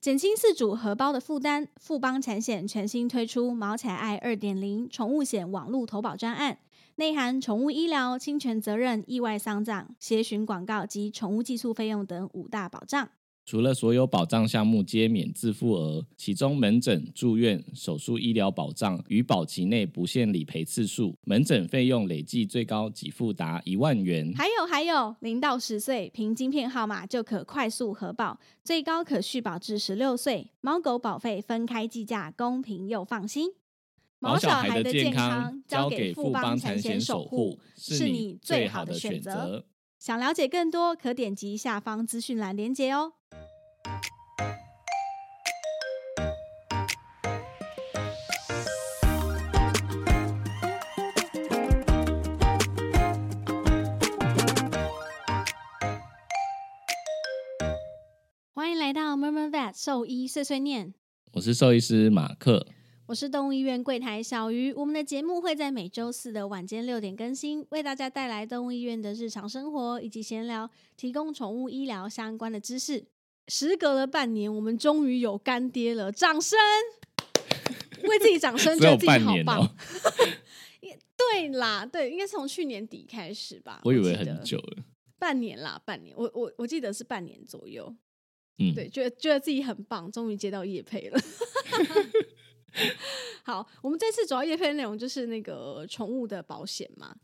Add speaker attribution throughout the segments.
Speaker 1: 减轻饲主荷包的负担，富邦产险全新推出“毛起来爱二点零”宠物险网络投保专案，内含宠物医疗、侵权责任、意外丧葬、协寻广告及宠物寄宿费用等五大保障。
Speaker 2: 除了所有保障项目皆免自付额，其中门诊、住院、手术医疗保障于保期内不限理赔次数，门诊费用累计最高给付达一万元。
Speaker 1: 还有还有，零到十岁凭晶片号码就可快速核保，最高可续保至十六岁。猫狗保费分开计价，公平又放心。
Speaker 2: 毛小孩的健康交给富邦产险守护，是你最好的选择。
Speaker 1: 想了解更多，可点击下方资讯栏连结哦。欢迎来到 Murmur Vet 兽医碎碎念，
Speaker 2: 我是兽医师马克。
Speaker 1: 我是动物医院柜台小鱼。我们的节目会在每周四的晚间六点更新，为大家带来动物医院的日常生活以及闲聊，提供宠物医疗相关的知识。时隔了半年，我们终于有干爹了，掌 声！为自己掌声，
Speaker 2: 只
Speaker 1: 觉
Speaker 2: 有
Speaker 1: 得自己
Speaker 2: 半
Speaker 1: 好
Speaker 2: 年
Speaker 1: 棒。
Speaker 2: 哦，
Speaker 1: 对啦，对，应该是从去年底开始吧。
Speaker 2: 我以为
Speaker 1: 记得
Speaker 2: 很久了。
Speaker 1: 半年啦，半年。我我我记得是半年左右。
Speaker 2: 嗯，
Speaker 1: 对，觉得觉得自己很棒，终于接到叶配了。 好，我们这次主要叶配的内容就是那个宠物的保险嘛。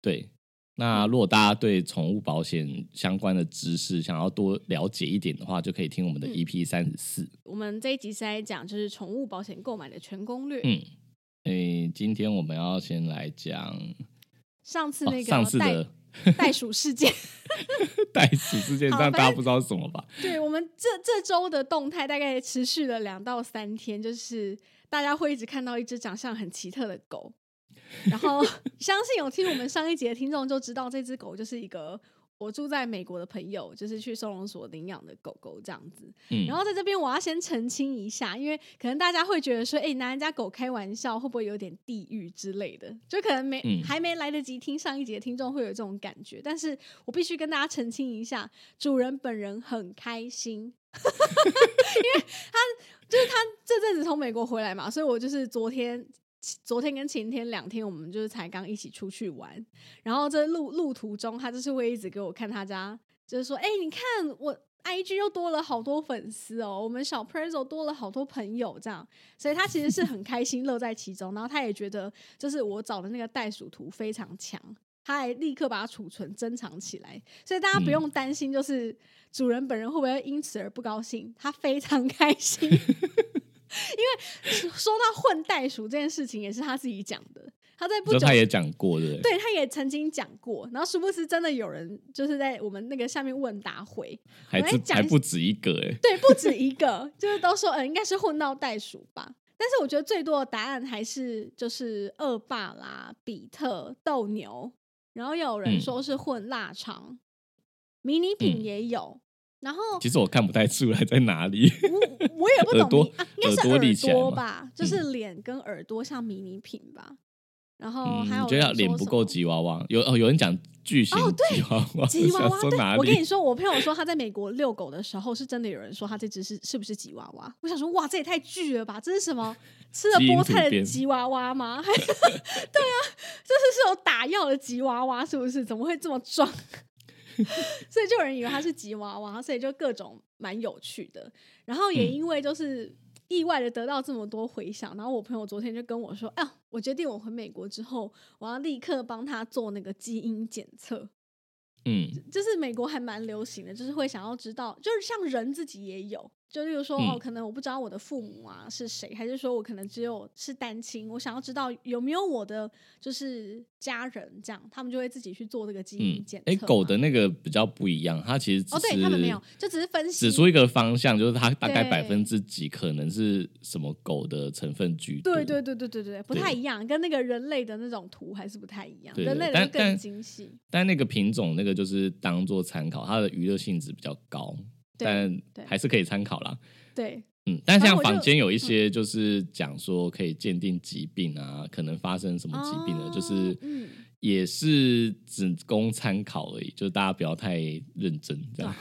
Speaker 2: 对，那如果大家对宠物保险相关的知识想要多了解一点的话，就可以听我们的
Speaker 1: 嗯
Speaker 2: EP 三十四。
Speaker 1: 我们这一集是在讲就是宠物保险购买的全攻略。
Speaker 2: 嗯，诶、今天我们要先来讲、
Speaker 1: 上次
Speaker 2: 哦、
Speaker 1: 那
Speaker 2: 上次
Speaker 1: 个袋、
Speaker 2: 的
Speaker 1: 袋鼠事件，
Speaker 2: 袋鼠事件，
Speaker 1: 好
Speaker 2: 让大
Speaker 1: 反
Speaker 2: 家
Speaker 1: 正
Speaker 2: 不知道是什么吧？
Speaker 1: 对我们这这周的动态大概持续了两到三天，就是大家会一直看到一只长相很奇特的狗。然后相信有听我们上一节的听众就知道，这只狗就是一个我住在美国的朋友，就是去收容所领养的狗狗这样子。
Speaker 2: 嗯，
Speaker 1: 然后在这边我要先澄清一下，因为可能大家会觉得说，哎、拿人家狗开玩笑会不会有点地狱之类的？就可能没、
Speaker 2: 嗯
Speaker 1: 还没来得及听上一集的听众会有这种感觉，但是我必须跟大家澄清一下，主人本人很开心。 因为他就是他这阵子从美国回来嘛，所以我就是昨天、昨天跟前天两天，我们就是才刚一起出去玩，然后这路路途中，他就是会一直给我看他家，就是说，哎、你看我 IG 又多了好多粉丝哦，我们小 Prezzo 多了好多朋友这样，所以他其实是很开心，乐在其中。然后他也觉得，就是我找的那个袋鼠图非常强。他还立刻把它储存珍藏起来，所以大
Speaker 2: 嗯
Speaker 1: 家不用担心，就是主人本人会不会因此而不高兴？他非常开 心，因为说到混袋鼠这件事情，也是他自己讲的。他在不
Speaker 2: 就
Speaker 1: 久
Speaker 2: 他也讲过，对不对？
Speaker 1: 对，他也曾经讲过，然后殊不知真的有人就是在我们那个下面问答回，
Speaker 2: 还
Speaker 1: 我来
Speaker 2: 是
Speaker 1: 讲
Speaker 2: 还
Speaker 1: 一
Speaker 2: 不止一个诶。
Speaker 1: 对，不止一个， 就是都说，嗯，应该是混到袋鼠吧。但是我觉得最多的答案还是就是恶霸啦、比特、斗牛，然后有人
Speaker 2: 嗯
Speaker 1: 说是混腊肠，迷你品
Speaker 2: 嗯
Speaker 1: 也有，然后
Speaker 2: 其实我看不太出来在哪里。
Speaker 1: 我我也不懂
Speaker 2: 耳朵
Speaker 1: 迷啊，应该是
Speaker 2: 耳朵立起来
Speaker 1: 朵
Speaker 2: 嘛
Speaker 1: 吧，就是脸跟耳朵像迷你品吧。然后
Speaker 2: 嗯，
Speaker 1: 哦还有
Speaker 2: 你觉得
Speaker 1: 人
Speaker 2: 脸
Speaker 1: 说
Speaker 2: 不
Speaker 1: 什
Speaker 2: 够
Speaker 1: 么
Speaker 2: 吉娃娃？有哦，有人讲巨型
Speaker 1: 哦
Speaker 2: 吉娃娃，
Speaker 1: 吉娃
Speaker 2: 我
Speaker 1: 娃，
Speaker 2: 想说
Speaker 1: 对
Speaker 2: 哪，
Speaker 1: 我跟
Speaker 2: 里
Speaker 1: 你？说，我朋友说他在美国遛狗的时候，是真的有人说他这只是是不是吉娃娃？我想说，哇，这也太巨了吧！这是什么吃了
Speaker 2: 基因
Speaker 1: 菠
Speaker 2: 突
Speaker 1: 菜的
Speaker 2: 变
Speaker 1: 吉娃娃吗？ 还对啊，这是是有打药的吉娃娃，是不是？怎么会这么壮？ 所以就有人以为它是吉娃娃，所以就各种蛮有趣的。然后也
Speaker 2: 嗯
Speaker 1: 因为就是意外的得到这么多回响，然后我朋友昨天就跟我说：“啊，我决定我回美国之后，我要立刻帮他做那个基因检测。”
Speaker 2: 嗯，
Speaker 1: 就是美国还蛮流行的，就是会想要知道，就是像人自己也有，就例如说、
Speaker 2: 嗯
Speaker 1: 哦，可能我不知道我的父母啊是谁，还是说我可能只有是单亲，我想要知道有没有我的就是家人这样，他们就会自己去做这个基因
Speaker 2: 嗯
Speaker 1: 检，测
Speaker 2: 哎、
Speaker 1: 嘛。
Speaker 2: 狗的那个比较不一样，它其实只是、
Speaker 1: 哦，对他们没有，就只是分析
Speaker 2: 指出一个方向，就是它大概
Speaker 1: 对
Speaker 2: 百分之几可能是什么狗的成分居多。
Speaker 1: 对对对对对对，不
Speaker 2: 对
Speaker 1: 太一样，跟那个人类的那种图还是不太一样，
Speaker 2: 对
Speaker 1: 人类的
Speaker 2: 但
Speaker 1: 就更
Speaker 2: 但
Speaker 1: 精细。
Speaker 2: 但那个品种那个就是当做参考，它的娱乐性质比较高，
Speaker 1: 对
Speaker 2: 但
Speaker 1: 对
Speaker 2: 还是可以参考啦。
Speaker 1: 对，
Speaker 2: 嗯，但
Speaker 1: 然
Speaker 2: 像
Speaker 1: 后我就
Speaker 2: 坊间有一些就是讲说可以鉴定疾病啊，可能发生什么疾病的，
Speaker 1: 哦
Speaker 2: 就是
Speaker 1: 嗯
Speaker 2: 也是只供参考而已，就大家不要太认真这样。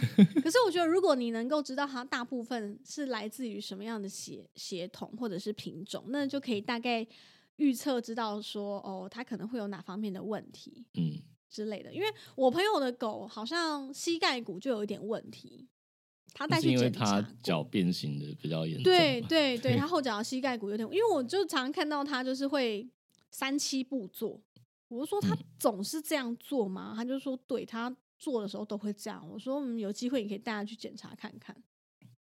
Speaker 1: 可是我觉得，如果你能够知道它大部分是来自于什么样的血血统或者是品种，那就可以大概预测知道说，哦，它可能会有哪方面的问题
Speaker 2: 嗯，
Speaker 1: 之类的。因为我朋友的狗好像膝盖骨就有一点问题，他带
Speaker 2: 是
Speaker 1: 去
Speaker 2: 因为
Speaker 1: 检查
Speaker 2: 它
Speaker 1: 过。
Speaker 2: 脚变形的比较严重，
Speaker 1: 对，对对，他后脚的膝盖骨有点，因为我就常看到他就是会三七步做，我就说他
Speaker 2: 嗯
Speaker 1: 总是这样做吗？他就说对他做的时候都会这样。我说嗯，有机会你可以带他去检查看看。
Speaker 2: 嗯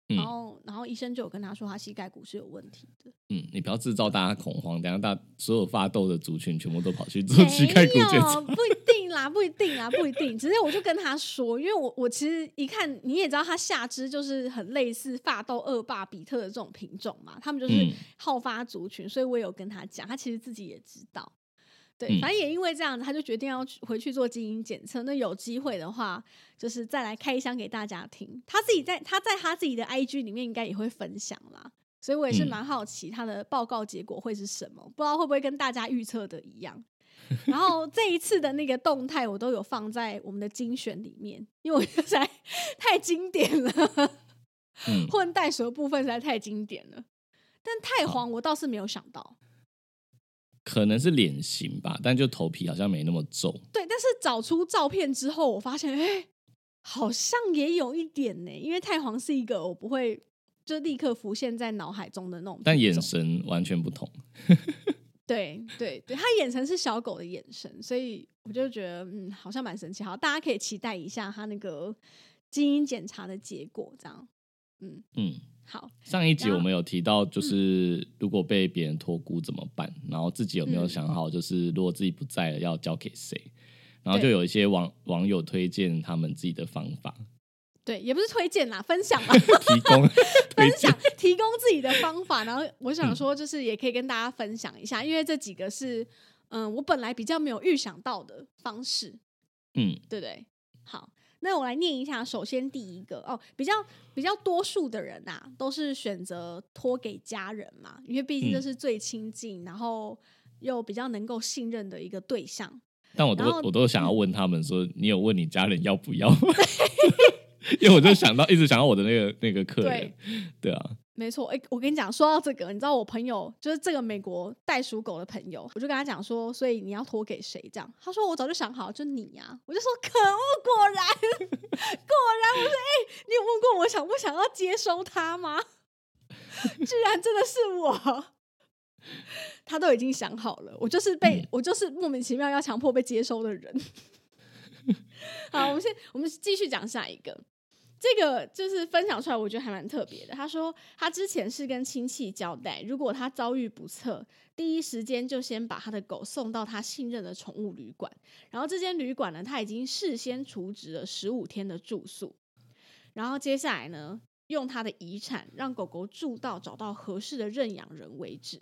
Speaker 1: 然后，然后医生就有跟他说，他膝盖骨是有问题的。
Speaker 2: 嗯，你不要制造大家恐慌，等一下大所有发痘的族群全部都跑去
Speaker 1: 没
Speaker 2: 做
Speaker 1: 有，
Speaker 2: 膝盖骨检查。
Speaker 1: 不一定啦，不一定啦，不一定。只是我就跟他说，因为我我其实一看你也知道，他下肢就是很类似发豆恶霸比特的这种品种嘛，他们就是
Speaker 2: 嗯
Speaker 1: 好发族群，所以我有跟他讲，他其实自己也知道。对，
Speaker 2: 嗯
Speaker 1: 反正也因为这样子，他就决定要去回去做基因检测。那有机会的话，就是再来开箱给大家听。他自己在他在他自己的 IG 里面应该也会分享啦，所以我也是
Speaker 2: 嗯
Speaker 1: 蛮好奇他的报告结果会是什么，不知道会不会跟大家预测的一样。然后这一次的那个动态我都有放在我们的精选里面，因为我觉得实在太经典了，
Speaker 2: 嗯，
Speaker 1: 混带蛇部分实在太经典了。但太黄我倒是没有想到，
Speaker 2: 可能是脸型吧，但就头皮好像没那么皱。
Speaker 1: 对，但是找出照片之后，我发现，哎，好像也有一点呢，因为太黄是一个我不会就立刻浮现在脑海中的那种品种，
Speaker 2: 但眼神完全不同。
Speaker 1: 对对对，它眼神是小狗的眼神，所以我就觉得嗯，好像蛮神奇。好，大家可以期待一下它那个基因检查的结果，这样。嗯，
Speaker 2: 嗯，
Speaker 1: 好，
Speaker 2: 上一集
Speaker 1: 然后嗯
Speaker 2: 我们有提到，就是如果被别人托孤怎么办，然后自己有没有
Speaker 1: 嗯
Speaker 2: 想好，就是如果自己不在了要交给谁，然后
Speaker 1: 对
Speaker 2: 就有一些网网友推荐他们自己的方法，
Speaker 1: 对，也不是推荐啦，分享啦，
Speaker 2: 提供推
Speaker 1: 分
Speaker 2: 荐
Speaker 1: 享。提供自己的方法。然后我想说，就是也可以跟大家分享一下，因为这几个是嗯，我本来比较没有预想到的方式。
Speaker 2: 嗯
Speaker 1: 对不对？好，那我来念一下。首先第一个哦，比较比较多数的人呐、啊都是选择托给家人嘛，因为毕竟这
Speaker 2: 嗯
Speaker 1: 是最亲近，然后又比较能够信任的一个对象。
Speaker 2: 但我都
Speaker 1: 然后
Speaker 2: 我都想要问他们说，你有问你家人要不 要吗？因为我就想到一直想到我的那个那个客人，对啊，
Speaker 1: 没错，哎、我跟你讲，说到这个，你知道我朋友就是这个美国袋鼠狗的朋友，我就跟他讲说，所以你要托给谁？这样，他说我早就想好，就你呀、我就说可恶，果然， 果然，我说哎、你有问过我想不想要接收它吗？ 居然真的是我，他都已经想好了，我就是被、
Speaker 2: 嗯
Speaker 1: 我就是莫名其妙要强迫被接收的人。 好，我们先我们继续讲下一个。这个就是分享出来，我觉得还蛮特别的。他说他之前是跟亲戚交代，如果他遭遇不测，第一时间就先把他的狗送到他信任的宠物旅馆。然后这间旅馆呢，他已经事先储值了十五天的住宿。然后接下来呢，用他的遗产让狗狗住到找到合适的认养人为止。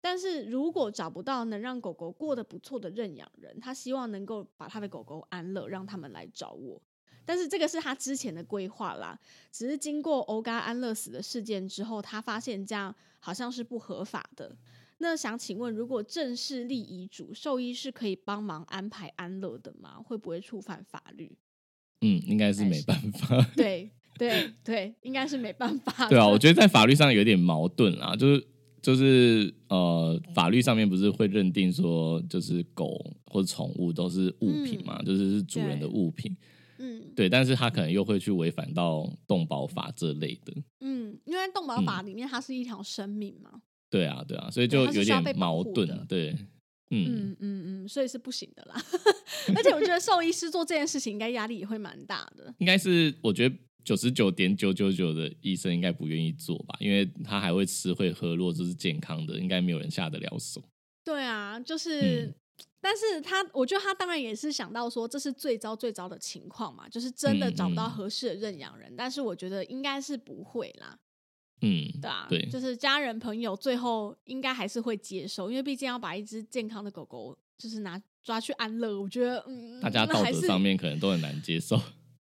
Speaker 1: 但是如果找不到能让狗狗过得不错的认养人，他希望能够把他的狗狗安乐，让他们来找我。但是这个是他之前的规划啦，只是经过欧嘎安乐死的事件之后，他发现这样好像是不合法的。那想请问，如果正式立遗嘱，兽医是可以帮忙安排安乐的吗？会不会触犯法律？
Speaker 2: 嗯，应该
Speaker 1: 哎
Speaker 2: 是没办法。
Speaker 1: 对对对，应该是没办 法。
Speaker 2: 对啊，我觉得在法律上有点矛盾啊，就是就是呃，法律上面不是会认定说，就是狗或者宠物都是物品嘛，就是是主人的物品，
Speaker 1: 嗯
Speaker 2: 对，但是他可能又会去违反到动保法这类的，
Speaker 1: 嗯，因为动保法里面它是一条生命嘛，
Speaker 2: 对啊，对啊，所以
Speaker 1: 对
Speaker 2: 就
Speaker 1: 它是
Speaker 2: 有
Speaker 1: 需要被
Speaker 2: 点
Speaker 1: 保
Speaker 2: 矛
Speaker 1: 护
Speaker 2: 盾
Speaker 1: 的，
Speaker 2: 对，嗯，
Speaker 1: 嗯嗯嗯，所以是不行的啦。 而且我觉得兽医师做这件事情，应该压力也会蛮大的。
Speaker 2: 应该是我觉得。九十九点九九九的医生应该不愿意做吧，因为他还会吃会喝，如果这是健康的，应该没有人下得了手。
Speaker 1: 对啊，就是，
Speaker 2: 嗯
Speaker 1: 但是他，我觉得他当然也是想到说，这是最糟最糟的情况嘛，就是真的
Speaker 2: 嗯
Speaker 1: 找不到
Speaker 2: 嗯
Speaker 1: 合适的认养人。但是我觉得应该是不会啦，
Speaker 2: 嗯，
Speaker 1: 对啊，
Speaker 2: 对
Speaker 1: 就是家人朋友最后应该还是会接受，因为毕竟要把一只健康的狗狗就是拿抓去安乐，我觉得嗯，
Speaker 2: 大家
Speaker 1: 那
Speaker 2: 道
Speaker 1: 还
Speaker 2: 德
Speaker 1: 是
Speaker 2: 上面可能都很难接受。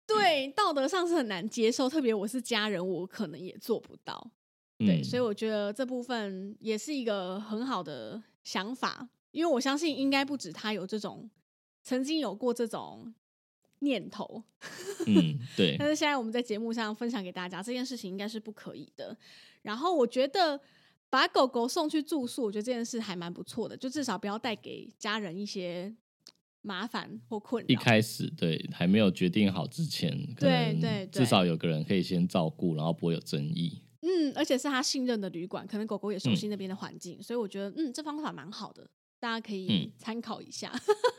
Speaker 1: 对道德上是很难接受，特别我是家人，我可能也做不到。对，
Speaker 2: 嗯
Speaker 1: 所以我觉得这部分也是一个很好的想法，因为我相信应该不止他有这种曾经有过这种念头，
Speaker 2: 嗯，对
Speaker 1: 但，是现在我们在节目上分享给大家这件事情应该是不可以的。然后我觉得把狗狗送去住宿，我觉得这件事还蛮不错的，就至少不要带给家人一些麻烦或困
Speaker 2: 一
Speaker 1: 扰。
Speaker 2: 开始对还没有决定好之前，可
Speaker 1: 对
Speaker 2: 能
Speaker 1: 对对
Speaker 2: 至少有个人可以先照顾，然后不会有争议。
Speaker 1: 嗯，而且是他信任的旅馆，可能狗狗也熟悉那边的环境，所以我觉得嗯，这方法蛮好的，大家可以
Speaker 2: 嗯
Speaker 1: 参考一下。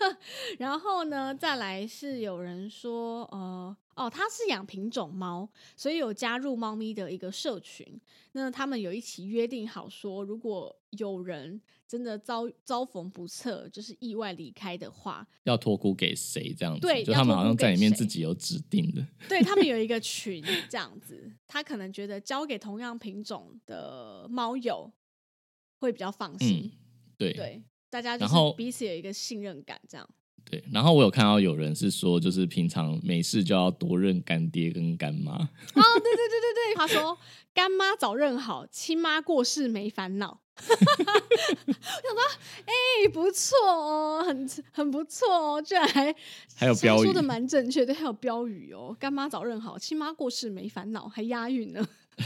Speaker 1: 然后呢，再来是有人说，呃，哦，他是养品种猫，所以有加入猫咪的一个社群。那他们有一起约定好说，如果有人真的遭遭逢不测，就是意外离开的话，
Speaker 2: 要托孤给谁这样子？
Speaker 1: 对
Speaker 2: 就
Speaker 1: 要
Speaker 2: 他们
Speaker 1: 托
Speaker 2: 好
Speaker 1: 孤
Speaker 2: 像在
Speaker 1: 给
Speaker 2: 里面
Speaker 1: 谁
Speaker 2: 自己有指定的。
Speaker 1: 对他们有一个群这样子，他可能觉得交给同样品种的猫友会比较放心。
Speaker 2: 嗯，对
Speaker 1: 对，大家就
Speaker 2: 然
Speaker 1: 是
Speaker 2: 后
Speaker 1: 彼此有一个信任感，这样。
Speaker 2: 对然后我有看到有人是说，就是平常没事就要多认干爹跟干妈。
Speaker 1: 哦，对对对对对，他说干妈早认好，亲妈过世没烦恼。 我想说，哎、不错哦，很很不错哦，居然还
Speaker 2: 还有标语
Speaker 1: 说的蛮正确，对，还有标语哦，干妈早认好，亲妈过世没烦恼，还押韵呢。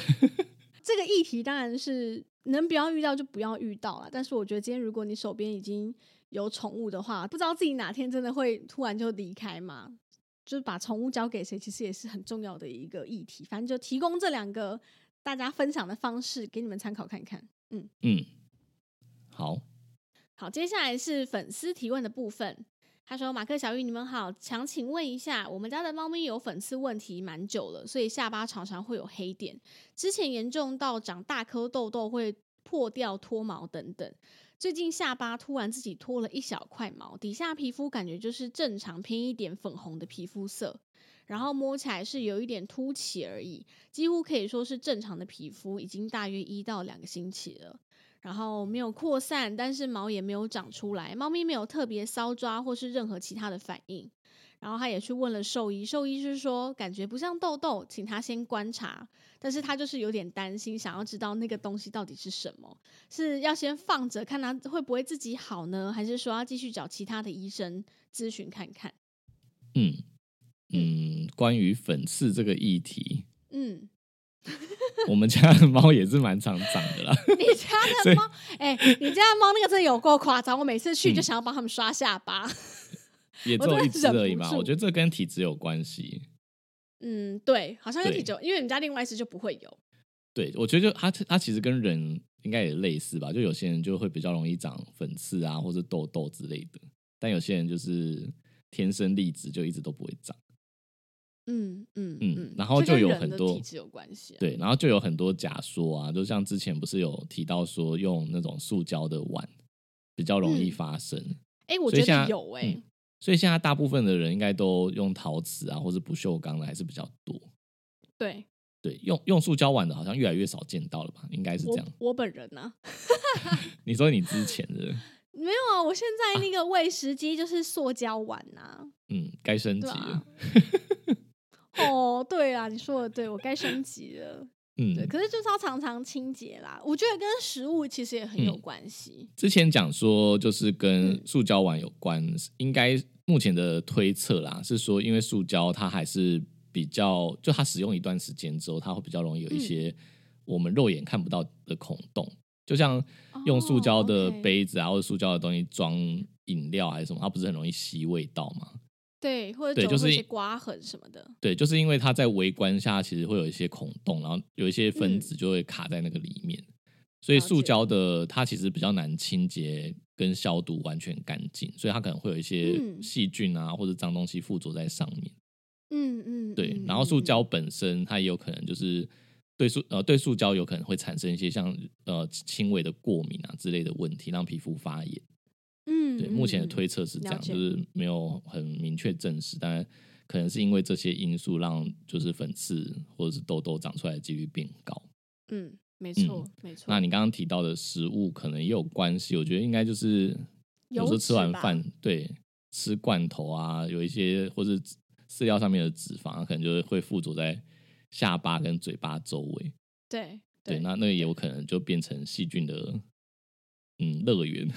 Speaker 1: 这个议题当然是能不要遇到就不要遇到了，但是我觉得今天如果你手边已经有宠物的话，不知道自己哪天真的会突然就离开嘛，就是把宠物交给谁，其实也是很重要的一个议题。反正就提供这两个大家分享的方式给你们参考看看。嗯，
Speaker 2: 嗯，好，
Speaker 1: 好，接下来是粉丝提问的部分。他说：“马克、小玉，你们好，想请问一下，我们家的猫咪有粉刺问题蛮久了，所以下巴常常会有黑点，之前严重到长大颗痘痘会破掉、脱毛等等。最近下巴突然自己脱了一小块毛，底下皮肤感觉就是正常偏一点粉红的皮肤色，然后摸起来是有一点凸起而已，几乎可以说是正常的皮肤，已经大约一到两个星期了。然后没有扩散，但是毛也没有长出来，猫咪没有特别搔抓或是任何其他的反应。然后他也去问了兽医，兽医是说感觉不像痘痘，请他先观察。但是他就是有点担心，想要知道那个东西到底是什么，是要先放着看它会不会自己好呢，还是说要继续找其他的医生咨询看看？
Speaker 2: 嗯嗯，关于粉刺这个议题，
Speaker 1: 嗯，
Speaker 2: 我们家的猫也是蛮常长的啦。
Speaker 1: 你家的猫，哎、你家的猫那个真的有够夸张，我每次去就想要帮他们刷下巴。
Speaker 2: 也只
Speaker 1: 我
Speaker 2: 有
Speaker 1: 真
Speaker 2: 一
Speaker 1: 的
Speaker 2: 只
Speaker 1: 忍
Speaker 2: 而已
Speaker 1: 不
Speaker 2: 嘛。
Speaker 1: 住
Speaker 2: 我觉得这跟体质有关系。
Speaker 1: 嗯，对，好像跟
Speaker 2: 对
Speaker 1: 体质有，因为我们家另外一只就不会有。
Speaker 2: 对，我觉得就它它其实跟人应该也类似吧，就有些人就会比较容易长粉刺啊，或者痘痘之类的，但有些人就是天生丽质，就一直都不会长。
Speaker 1: 嗯嗯
Speaker 2: 嗯然后
Speaker 1: 这
Speaker 2: 就
Speaker 1: 跟
Speaker 2: 有
Speaker 1: 人
Speaker 2: 很
Speaker 1: 的
Speaker 2: 多
Speaker 1: 体质有关系、啊。
Speaker 2: 对，然后就有很多假说啊，就像之前不是有提到说用那种塑胶的碗比较容易
Speaker 1: 嗯
Speaker 2: 发生，
Speaker 1: 哎、我
Speaker 2: 所以
Speaker 1: 觉
Speaker 2: 现
Speaker 1: 得
Speaker 2: 在
Speaker 1: 有哎、
Speaker 2: 嗯所以现在大部分的人应该都用陶瓷啊，或是不锈钢的还是比较多。
Speaker 1: 对
Speaker 2: 对，用用塑胶碗的好像越来越少见到了吧？应该是这
Speaker 1: 我
Speaker 2: 样。
Speaker 1: 我本人呢、啊，
Speaker 2: 你说你之前的，
Speaker 1: 没有啊，我现在那个喂食机就是塑胶碗呐、
Speaker 2: 嗯，该升级
Speaker 1: 对
Speaker 2: 了。
Speaker 1: 啊。哦，对啦，你说的对，我该升级了。对，
Speaker 2: 嗯，
Speaker 1: 可是就是要常常清洁啦。我觉得跟食物其实也很有
Speaker 2: 嗯
Speaker 1: 关系。
Speaker 2: 之前讲说就是跟
Speaker 1: 嗯
Speaker 2: 塑胶碗有关，应该目前的推测啦是说，因为塑胶它还是比较，就它使用一段时间之后，它会比较容易有一些
Speaker 1: 嗯
Speaker 2: 我们肉眼看不到的孔洞，就像用塑胶
Speaker 1: 哦
Speaker 2: 的
Speaker 1: ，OK
Speaker 2: 杯子啊、或者塑胶的东西装饮料还是什么，它不是很容易吸味道吗？
Speaker 1: 对，或者
Speaker 2: 对
Speaker 1: 久
Speaker 2: 就
Speaker 1: 了会有
Speaker 2: 是
Speaker 1: 些刮痕什么的。
Speaker 2: 对，就是因为它在微观下其实会有一些孔洞，然后有一些分子就会卡在那个里面，所
Speaker 1: 嗯
Speaker 2: 以
Speaker 1: 了解
Speaker 2: 塑胶的它其实比较难清洁跟消毒完全干净，所以它可能会有一些
Speaker 1: 嗯
Speaker 2: 细菌啊、或者脏东西附着在上面。
Speaker 1: 嗯嗯，
Speaker 2: 对
Speaker 1: 嗯，
Speaker 2: 然后
Speaker 1: 嗯
Speaker 2: 塑
Speaker 1: 嗯
Speaker 2: 胶本身它也有可能就是对塑呃对塑胶有可能会产生一些像呃轻微的过敏啊之类的问题，让皮肤发炎。
Speaker 1: 嗯，
Speaker 2: 对，
Speaker 1: 嗯
Speaker 2: 目前的
Speaker 1: 嗯
Speaker 2: 推测是这
Speaker 1: 了
Speaker 2: 样，
Speaker 1: 解
Speaker 2: 就是没有很明确证实，但可能是因为这些因素让就是粉刺或者是痘痘长出来的几率变高。
Speaker 1: 嗯，没错没错。
Speaker 2: 那你刚刚提到的食物可能也有关系，我觉得应该就是有
Speaker 1: 油
Speaker 2: 时候
Speaker 1: 脂
Speaker 2: 吃完
Speaker 1: 吧
Speaker 2: 饭，对，吃罐头啊，有一些或是饲料上面的脂肪，可能就是会附着在下巴跟嘴巴周围。
Speaker 1: 对
Speaker 2: 对，那那个也有可能就变成细菌的嗯乐园，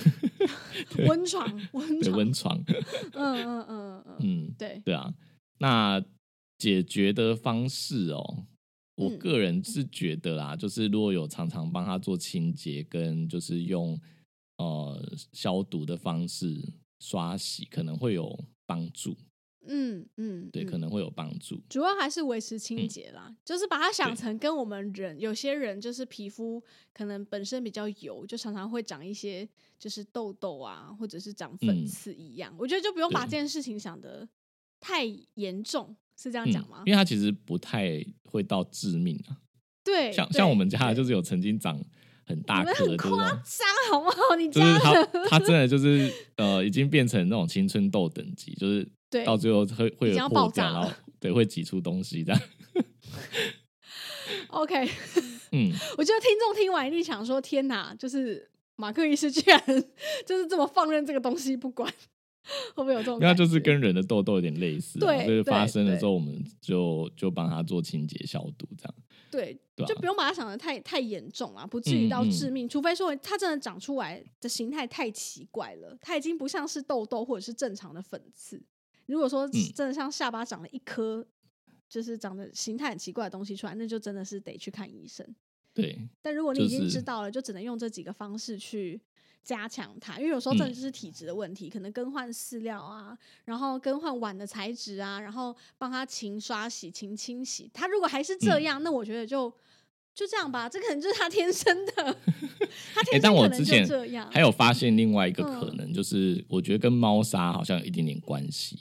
Speaker 2: 对
Speaker 1: 温床，温
Speaker 2: 对
Speaker 1: 床，
Speaker 2: 温床，
Speaker 1: 嗯嗯嗯嗯，嗯
Speaker 2: 嗯，
Speaker 1: 对，
Speaker 2: 对啊。那解决的方式哦，我
Speaker 1: 嗯
Speaker 2: 个人是觉得啦，就是如果有常常帮他做清洁，跟就是用呃消毒的方式刷洗，可能会有帮助。
Speaker 1: 嗯嗯，
Speaker 2: 对，
Speaker 1: 嗯
Speaker 2: 可能会有帮助。
Speaker 1: 主要还是维持清
Speaker 2: 嗯
Speaker 1: 洁啦，就是把它想
Speaker 2: 对
Speaker 1: 成跟我们人有些人就是皮肤可能本身比较油，就常常会长一些就是痘痘啊，或者是长粉
Speaker 2: 嗯
Speaker 1: 刺一样。我觉得就不用把
Speaker 2: 对
Speaker 1: 这件事情想得太严重，是这样
Speaker 2: 嗯
Speaker 1: 讲吗？
Speaker 2: 因为它其实不太会到致命啊。
Speaker 1: 对，
Speaker 2: 像
Speaker 1: 哎对
Speaker 2: 像我们家
Speaker 1: 对
Speaker 2: 就是有曾经长很大
Speaker 1: 你们
Speaker 2: 颗的
Speaker 1: 很
Speaker 2: 这种，
Speaker 1: 夸张好不好？你
Speaker 2: 就
Speaker 1: 家
Speaker 2: 是它它真的就是呃，已经变成那种青春痘等级，就是
Speaker 1: 对
Speaker 2: 到最后会会
Speaker 1: 已经
Speaker 2: 有
Speaker 1: 要
Speaker 2: 破
Speaker 1: 爆
Speaker 2: 掉，
Speaker 1: 炸
Speaker 2: 然后
Speaker 1: 了
Speaker 2: 对会挤出东西这样。
Speaker 1: OK，
Speaker 2: 嗯，
Speaker 1: 我觉得听众听完一定想说：“天哪，就是马克医师居然 就是这么放任这个东西不管，会不会有这种感觉？”
Speaker 2: 那就是跟人的痘痘有点类似啊、
Speaker 1: 对
Speaker 2: 就是发
Speaker 1: 对
Speaker 2: 生了
Speaker 1: 对
Speaker 2: 之后，我们就就帮他做清洁消毒这样。
Speaker 1: 对，
Speaker 2: 对啊
Speaker 1: 就不用把它想的太太严重啊，不至于到
Speaker 2: 嗯嗯
Speaker 1: 致命，除非说它真的长出来的形态太奇怪了，它已经不像是痘痘或者是正常的粉刺。如果说
Speaker 2: 嗯
Speaker 1: 真的像下巴长了一颗，就是长得形态很奇怪的东西出来，那就真的是得去看医生。
Speaker 2: 对，
Speaker 1: 但如果你已经
Speaker 2: 就是
Speaker 1: 知道了，就只能用这几个方式去加强它，因为有时候真的
Speaker 2: 嗯
Speaker 1: 就是体质的问题，可能更换饲料啊，然后更换碗的材质啊，然后帮它勤刷洗、勤清洗。它如果还是这
Speaker 2: 嗯
Speaker 1: 样，那我觉得就就这样吧，这可能就是它天生的， 它天
Speaker 2: 但
Speaker 1: 生
Speaker 2: 我
Speaker 1: 可能
Speaker 2: 之
Speaker 1: 就
Speaker 2: 前
Speaker 1: 这样。
Speaker 2: 还有发现另外一个
Speaker 1: 嗯
Speaker 2: 可能，就是我觉得跟猫砂好像有一点点关系。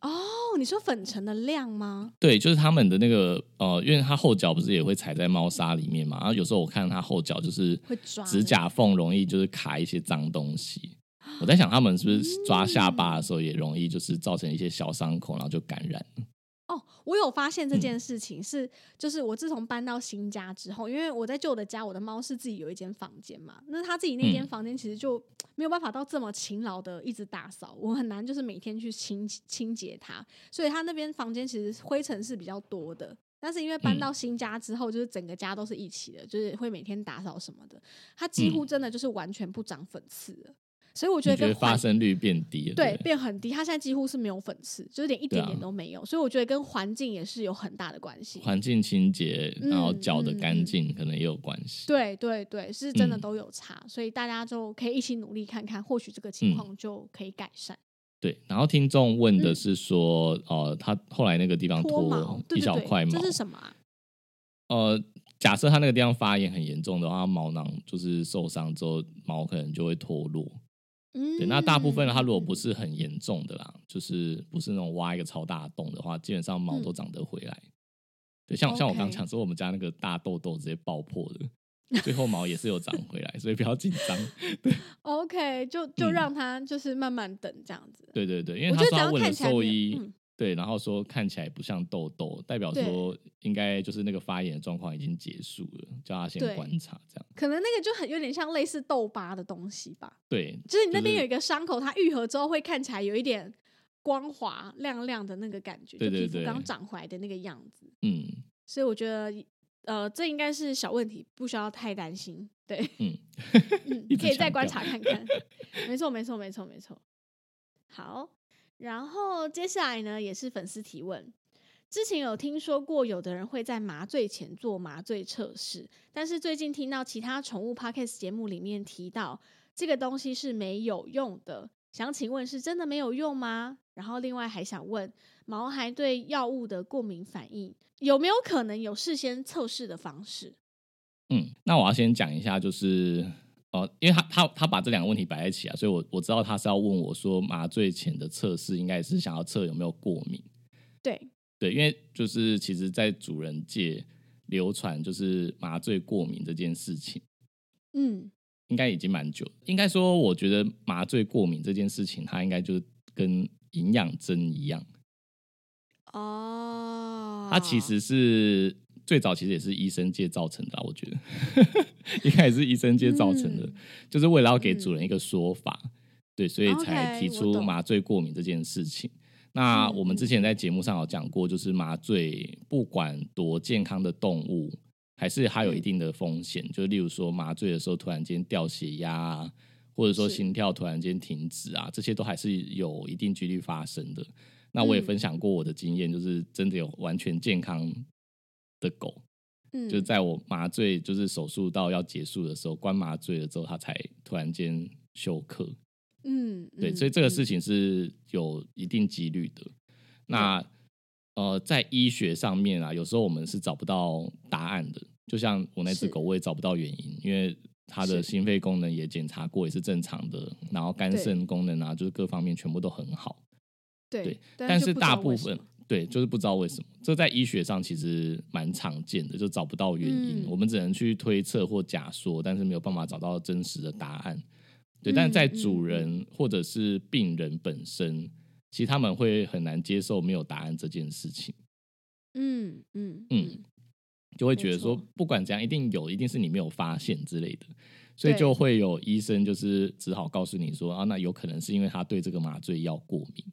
Speaker 1: 哦，你说粉尘的量吗？
Speaker 2: 对，就是他们的那个呃，因为它后脚不是也会踩在猫砂里面嘛，然后有时候我看它后脚就是
Speaker 1: 会抓
Speaker 2: 指甲缝容易就是卡一些脏东西。
Speaker 1: 啊
Speaker 2: 我在想，他们是不是抓
Speaker 1: 嗯
Speaker 2: 下巴的时候也容易就是造成一些小伤口，然后就感染？
Speaker 1: 哦，我有发现这
Speaker 2: 嗯
Speaker 1: 件事情是，就是我自从搬到新家之后，因为我在旧的家，我的猫是自己有一间房间嘛，那它自己那间
Speaker 2: 嗯
Speaker 1: 房间其实就没有办法到这么勤劳的一直打扫，我很难就是每天去清清洁它，所以它那边房间其实灰尘是比较多的。但是因为搬
Speaker 2: 嗯
Speaker 1: 到新家之后，就是整个家都是一起的，就是会每天打扫什么的，它几乎真的就是完全不长粉刺了。所以我觉
Speaker 2: 嗯
Speaker 1: 得
Speaker 2: 你觉
Speaker 1: 跟
Speaker 2: 得发
Speaker 1: 环
Speaker 2: 生率变低了？
Speaker 1: 对，
Speaker 2: 不
Speaker 1: 变很低。它现在几乎是没有粉刺，就是连一
Speaker 2: 对
Speaker 1: 点
Speaker 2: 啊
Speaker 1: 点都没有，所以我觉得跟环境也是有很大的关系。
Speaker 2: 环境清洁，
Speaker 1: 嗯
Speaker 2: 然后脚的
Speaker 1: 嗯
Speaker 2: 干
Speaker 1: 嗯
Speaker 2: 净，可能也有关系。
Speaker 1: 对对对，是真的
Speaker 2: 嗯
Speaker 1: 都有差，所以大家就可以一起努力看看，或许这个情
Speaker 2: 嗯
Speaker 1: 况就可以改善。
Speaker 2: 对，然后听众问的
Speaker 1: 嗯
Speaker 2: 是说，呃，他后来那个地方
Speaker 1: 脱毛
Speaker 2: 脱，
Speaker 1: 对
Speaker 2: 一小
Speaker 1: 对
Speaker 2: 块
Speaker 1: 对，
Speaker 2: 毛
Speaker 1: 这，是什么啊？
Speaker 2: 呃，假设他那个地方发炎很严重的话，它毛囊就是受伤之后，毛可能就会脱落。
Speaker 1: 嗯
Speaker 2: 对，那大部分它如果不
Speaker 1: 嗯
Speaker 2: 是很严重的啦，就是不是那种挖一个超大的洞的话，基本上毛都长得回来。对，像像我刚
Speaker 1: OK
Speaker 2: 讲说，我们家那个大痘痘直接爆破的，最后毛也是有长回来，所以不要紧张。
Speaker 1: OK，就就
Speaker 2: 嗯
Speaker 1: 让它就是慢慢等这样子。
Speaker 2: 对对对，因为
Speaker 1: 我
Speaker 2: 他
Speaker 1: 觉得只
Speaker 2: 说他
Speaker 1: 要
Speaker 2: 问了
Speaker 1: 看起来
Speaker 2: 兽
Speaker 1: 没
Speaker 2: 医，
Speaker 1: 有，嗯，
Speaker 2: 对，然后说看起来不像痘痘，代表
Speaker 1: 对
Speaker 2: 说应该就是那个发炎的状况已经结束了，叫他先
Speaker 1: 对
Speaker 2: 观察这样。
Speaker 1: 可能那个就很有点像类似痘疤的东西吧。
Speaker 2: 对，
Speaker 1: 就是你那边
Speaker 2: 就是
Speaker 1: 有一个伤口，它愈合之后会看起来有一点光滑亮亮的那个感觉，
Speaker 2: 对对
Speaker 1: 就皮
Speaker 2: 对
Speaker 1: 肤刚长回来的那个样子。
Speaker 2: 嗯
Speaker 1: 所以我觉得，呃，这应该是小问题，不需要太担心。对，
Speaker 2: 嗯，
Speaker 1: 嗯
Speaker 2: 一，直
Speaker 1: 可以再
Speaker 2: 强
Speaker 1: 观
Speaker 2: 调
Speaker 1: 察看看。 没错，没错，没错，没错。好，然后接下来呢，也是粉丝提问。之前有听说过，有的人会在麻醉前做麻醉测试，但是最近听到其他宠物 podcast 节目里面提到，这个东西是没有用的。想请问是真的没有用吗？然后另外还想问，毛孩对药物的过敏反应有没有可能有事先测试的方式？
Speaker 2: 嗯，那我要先讲一下，就是呃，因为他他他把这两个问题摆在一起啊，所以我我知道他是要问我说麻醉前的测试应该是想要测有没有过敏。
Speaker 1: 对，
Speaker 2: 对，因为就是其实，在主人界流传就是麻醉过敏这件事情。
Speaker 1: 嗯，
Speaker 2: 应该已经蛮久。应该说，我觉得麻醉过敏这件事情，它应该就是跟营养针一样，
Speaker 1: 哦，
Speaker 2: 它其实是最早其实也是医生界造成的啊、我觉得 应该也是医生界造成的，
Speaker 1: 嗯
Speaker 2: 就是为了要给主人一个说法，对，所以才
Speaker 1: OK，
Speaker 2: 提
Speaker 1: 我
Speaker 2: 出
Speaker 1: 懂
Speaker 2: 麻醉过敏这件事情。那
Speaker 1: 嗯
Speaker 2: 我们之前在节目上有讲过，就是麻醉不管多健康的动物，
Speaker 1: 嗯
Speaker 2: 还是它有一定的风险，就例如说麻醉的时候突然间掉血压啊，或者说
Speaker 1: 是
Speaker 2: 心跳突然间停止啊，这些都还是有一定几率发生的。那我也
Speaker 1: 嗯
Speaker 2: 分享过我的经验，就是真的有完全健康的狗，
Speaker 1: 嗯，
Speaker 2: 就在我麻醉就是手术到要结束的时候，关麻醉了之后，它才突然间休克。
Speaker 1: 嗯，
Speaker 2: 对，
Speaker 1: 嗯
Speaker 2: 所以这个
Speaker 1: 嗯
Speaker 2: 事情是有一定几率的。那呃，在医学上面啊，有时候我们是找不到答案的。就像我那只
Speaker 1: 是
Speaker 2: 狗，我也找不到原因，因为它的
Speaker 1: 是
Speaker 2: 心肺功能也检查过，也是正常的，然后肝
Speaker 1: 对
Speaker 2: 肾功能啊，就是各方面全部都很好。对
Speaker 1: 对，
Speaker 2: 但
Speaker 1: 就是不知道
Speaker 2: 大部
Speaker 1: 为什
Speaker 2: 分
Speaker 1: 么
Speaker 2: 对，就是不知道为什么，这在医学上其实蛮常见的，就找不到原因，
Speaker 1: 嗯
Speaker 2: 我们只能去推测或假说，但是没有办法找到真实的答案。对，
Speaker 1: 嗯
Speaker 2: 但是在
Speaker 1: 嗯
Speaker 2: 主
Speaker 1: 嗯
Speaker 2: 人或者是病人本身，其实他们会很难接受没有答案这件事情，
Speaker 1: 嗯嗯
Speaker 2: 嗯就会觉得
Speaker 1: 没
Speaker 2: 说
Speaker 1: 错
Speaker 2: 不管怎样，一定有，一定是你没有发现之类的，所以
Speaker 1: 对
Speaker 2: 就会有医生就是只好告诉你说啊，那有可能是因为他对这个麻醉药过敏，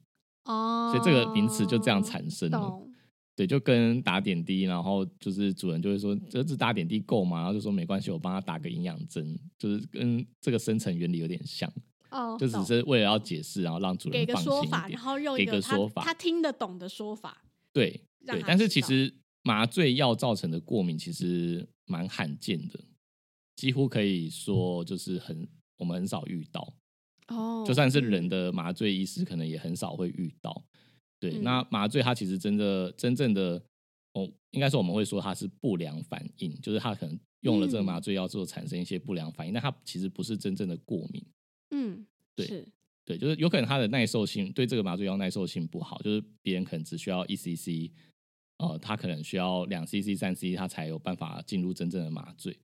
Speaker 1: 哦，
Speaker 2: 所以这个名词就这样产生了。
Speaker 1: 懂，
Speaker 2: 对，就跟打点滴，然后就是主人就会说：“这只打点滴够吗？”然后就说：“没关系，我帮他打个营养针。”就是跟这个生成原理有点像，
Speaker 1: 哦，
Speaker 2: 就只
Speaker 1: 懂
Speaker 2: 是为了要解释，然后让主
Speaker 1: 给
Speaker 2: 人
Speaker 1: 个
Speaker 2: 放心
Speaker 1: 说
Speaker 2: 一
Speaker 1: 法，然
Speaker 2: 点。
Speaker 1: 后用
Speaker 2: 给
Speaker 1: 一
Speaker 2: 个
Speaker 1: 他
Speaker 2: 说法
Speaker 1: 他听得懂的说法，
Speaker 2: 对
Speaker 1: 让
Speaker 2: 对，
Speaker 1: 他
Speaker 2: 但是
Speaker 1: 知
Speaker 2: 其
Speaker 1: 道
Speaker 2: 实麻醉药造成的过敏其实蛮罕见的，几乎可以说就是很我们很少遇到。
Speaker 1: 哦，
Speaker 2: 就算是人
Speaker 1: 嗯
Speaker 2: 的麻醉医师，可能也很少会遇到。对，
Speaker 1: 嗯
Speaker 2: 那麻醉它其实真的真正的，哦，应该说我们会说它是不良反应，就是它可能用了这个
Speaker 1: 嗯
Speaker 2: 麻醉药之后产生一些不良反应，但它其实不是真正的过敏。
Speaker 1: 嗯，
Speaker 2: 对
Speaker 1: 是
Speaker 2: 对，就是有可能它的耐受性对这个麻醉药耐受性不好，就是别人可能只需要一 cc，呃，它可能需要两 cc、三 cc，它才有办法进入真正的麻醉。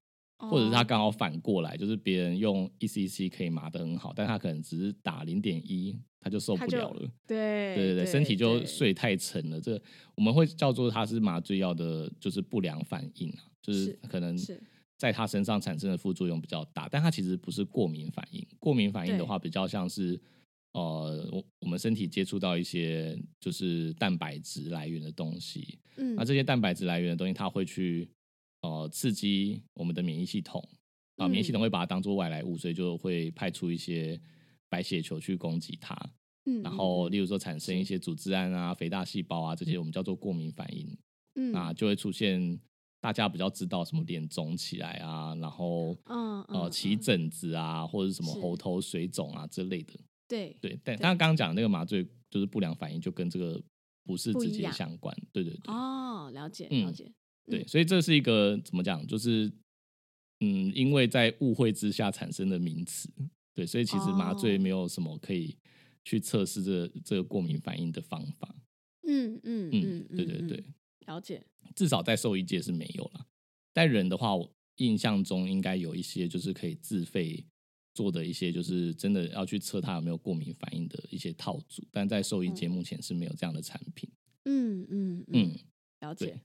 Speaker 2: 或者是他
Speaker 1: 哦
Speaker 2: 刚好反过来，就是别人用 ECC 可以麻得很好，但他可能只是打零点一，他就受不
Speaker 1: 他就
Speaker 2: 了了。
Speaker 1: 对
Speaker 2: 对对对，身体就，睡太沉了。这我们会叫做它是麻醉药的，就是不良反应啊，就是
Speaker 1: 是
Speaker 2: 可能
Speaker 1: 是
Speaker 2: 在它身上产生的副作用比较大，但它其实不是过敏反应。过敏反应的
Speaker 1: 对
Speaker 2: 话，比较像是呃，我我们身体接触到一些就是蛋白质来源的东西，
Speaker 1: 嗯，
Speaker 2: 那这些蛋白质来源的东西，它会去呃刺激我们的免疫系统啊、免疫系
Speaker 1: 嗯
Speaker 2: 统会把它当做外来物，所以就会派出一些白血球去攻击它，
Speaker 1: 嗯
Speaker 2: 然后例
Speaker 1: 嗯
Speaker 2: 如说产生一些组织胺啊、肥大细胞啊这些，我们叫做过敏反应，
Speaker 1: 嗯
Speaker 2: 那就会出现大家比较知道什么脸肿起来啊，然后
Speaker 1: 嗯
Speaker 2: 呃
Speaker 1: 嗯
Speaker 2: 起
Speaker 1: 嗯
Speaker 2: 疹子啊，或者是什么
Speaker 1: 是
Speaker 2: 喉头水肿啊之类的。
Speaker 1: 对
Speaker 2: 对，但
Speaker 1: 对
Speaker 2: 他刚刚讲的那个麻醉就是不良反应，就跟这个不是
Speaker 1: 不
Speaker 2: 直
Speaker 1: 一
Speaker 2: 接
Speaker 1: 样
Speaker 2: 相关。对对对。
Speaker 1: 哦，了解
Speaker 2: 嗯
Speaker 1: 了解，
Speaker 2: 对，
Speaker 1: 嗯
Speaker 2: 所以这是一个怎么讲，就是嗯，因为在误会之下产生的名词。对，所以其实麻醉
Speaker 1: 哦
Speaker 2: 没有什么可以去测试这这个过敏反应的方法。
Speaker 1: 嗯嗯
Speaker 2: 嗯，对对
Speaker 1: 嗯
Speaker 2: 对，
Speaker 1: 嗯了解，
Speaker 2: 至少在兽医界是没有啦。但人的话，我印象中应该有一些就是可以自费做的一些，就是真的要去测它有没有过敏反应的一些套组，但在兽医界
Speaker 1: 嗯
Speaker 2: 目前是没有这样的产品。
Speaker 1: 嗯嗯
Speaker 2: 嗯
Speaker 1: 嗯，了
Speaker 2: 对
Speaker 1: 解，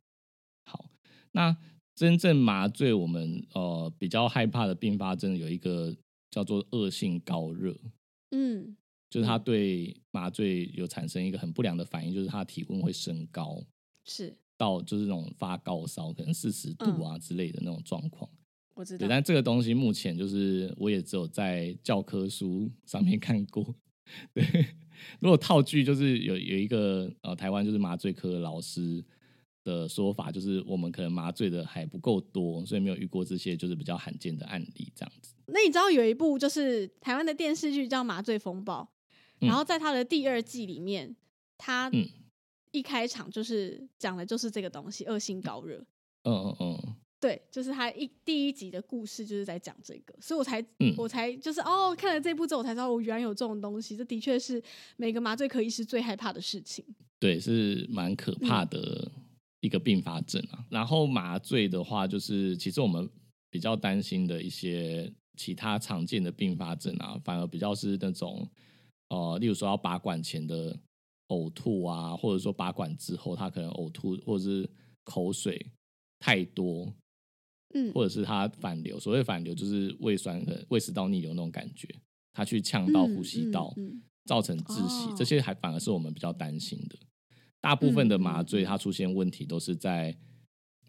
Speaker 2: 好，那真正麻醉我们呃比较害怕的并发症有一个叫做恶性高热，
Speaker 1: 嗯
Speaker 2: 就是它
Speaker 1: 嗯
Speaker 2: 对麻醉有产生一个很不良的反应，就是它体温会升高
Speaker 1: 是
Speaker 2: 到就是那种发高烧，可能四十度啊之类的那种状况。
Speaker 1: 我知
Speaker 2: 对，
Speaker 1: 道，
Speaker 2: 但这个东西目前就是我也只有在教科书上面 看过。对，如果套句就是有有一个呃台湾就是麻醉科的老师的说法，就是我们可能麻醉的还不够多，所以没有遇过这些就是比较罕见的案例这样子。
Speaker 1: 那你知道有一部就是台湾的电视剧叫《麻醉风暴》，
Speaker 2: 嗯
Speaker 1: 然后在它的第二季里面，它
Speaker 2: 嗯
Speaker 1: 一开场就是讲的就是这个东西——恶性高热。
Speaker 2: 嗯嗯嗯，
Speaker 1: 对，就是它一第一集的故事就是在讲这个，所以我才、
Speaker 2: 嗯
Speaker 1: 我才就是哦，看了这部之后，我才知道哦我原来有这种东西，这的确是每个麻醉科医师最害怕的事情。
Speaker 2: 对，是蛮可
Speaker 1: 嗯
Speaker 2: 怕的一个并发症啊。然后麻醉的话，就是其实我们比较担心的一些其他常见的并发症啊，反而比较是那种呃，例如说要拔管前的呕吐啊，或者说拔管之后他可能呕吐或者是口水太多，
Speaker 1: 嗯，
Speaker 2: 或者是他反流。所谓反流就是胃酸和胃食道逆流那种感觉，他去呛到呼吸道。
Speaker 1: 嗯嗯
Speaker 2: 造成窒息，
Speaker 1: 哦
Speaker 2: 这些还反而是我们比较担心的。大部分的麻
Speaker 1: 嗯
Speaker 2: 醉
Speaker 1: 嗯嗯
Speaker 2: 它出现问题都是在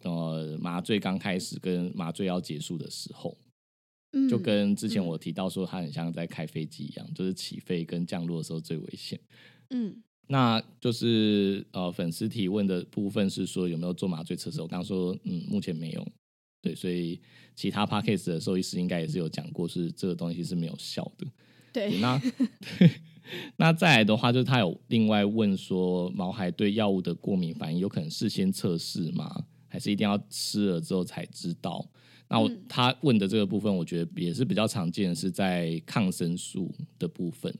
Speaker 2: 呃麻醉刚开始跟麻醉要结束的时候，
Speaker 1: 嗯，
Speaker 2: 就跟之前
Speaker 1: 嗯
Speaker 2: 我提到说，它很像在开飞机一样，就是起飞跟降落的时候最危险。
Speaker 1: 嗯
Speaker 2: 那就是呃，粉丝提问的部分是说有没有做麻醉测试？我刚刚说，嗯，目前没有。对，所以其他 p a c k a g e 的兽医师应该也是有讲过，是这个东西是没有效的。
Speaker 1: 对，
Speaker 2: 那 那再来的话，就是他有另外问说，毛孩对药物的过敏反应有可能事先测试吗？还是一定要吃了之后才知道？那我、
Speaker 1: 嗯
Speaker 2: 他问的这个部分，我觉得也是比较常见，是在抗生素的部分。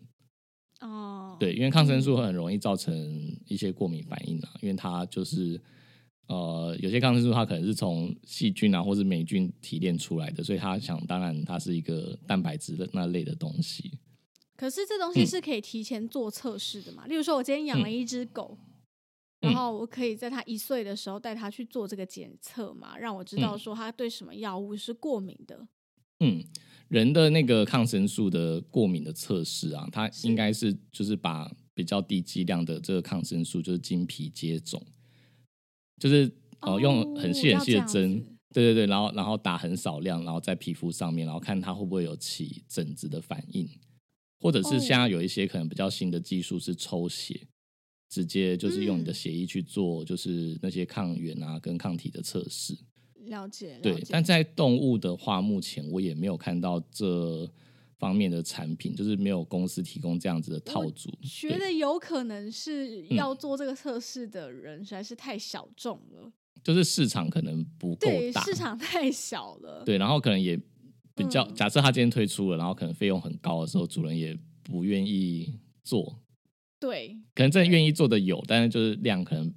Speaker 1: 哦，
Speaker 2: 对，因为抗生素很容易造成一些过敏反应啊，因为它就是呃，有些抗生素它可能是从细菌啊或是霉菌提炼出来的，所以它想当然它是一个蛋白质的那类的东西。
Speaker 1: 可是这东西
Speaker 2: 嗯
Speaker 1: 是可以提前做测试的嘛？例如说，我今天养了一只狗，然
Speaker 2: 嗯
Speaker 1: 后我可以在它一岁的时候带它去做这个检测嘛，让我知道
Speaker 2: 嗯
Speaker 1: 说它对什么药物是过敏的。
Speaker 2: 嗯，人的那个抗生素的过敏的测试啊，它
Speaker 1: 是
Speaker 2: 应该是就是把比较低剂量的这个抗生素，就是经皮接种，就是呃、
Speaker 1: 哦
Speaker 2: 用很细很细的
Speaker 1: 要这样
Speaker 2: 针
Speaker 1: 子，
Speaker 2: 对对对，然后然后打很少量，然后在皮肤上面，然后看它会不会有起疹子的反应，或者
Speaker 1: 哦
Speaker 2: 是现在有一些可能比较新的技术是抽血。直接就是用你的
Speaker 1: 嗯
Speaker 2: 血液去做，就是那些抗原啊跟抗体的测试。
Speaker 1: 了解，了
Speaker 2: 对
Speaker 1: 解，
Speaker 2: 但在动物的话，目前我也没有看到这方面的产品，就是没有公司提供这样子的套组。
Speaker 1: 觉
Speaker 2: 对
Speaker 1: 得有可能是
Speaker 2: 嗯
Speaker 1: 要做这个测试的人实在是太小众了，
Speaker 2: 就是市场可能不够
Speaker 1: 对，
Speaker 2: 大，
Speaker 1: 市场太小了。
Speaker 2: 对，然后可能也比较、
Speaker 1: 嗯
Speaker 2: 假设他今天推出了，然后可能费用很高的时候，主人也不愿意做，
Speaker 1: 对，
Speaker 2: 可能真的愿意做的有，但是就是量可能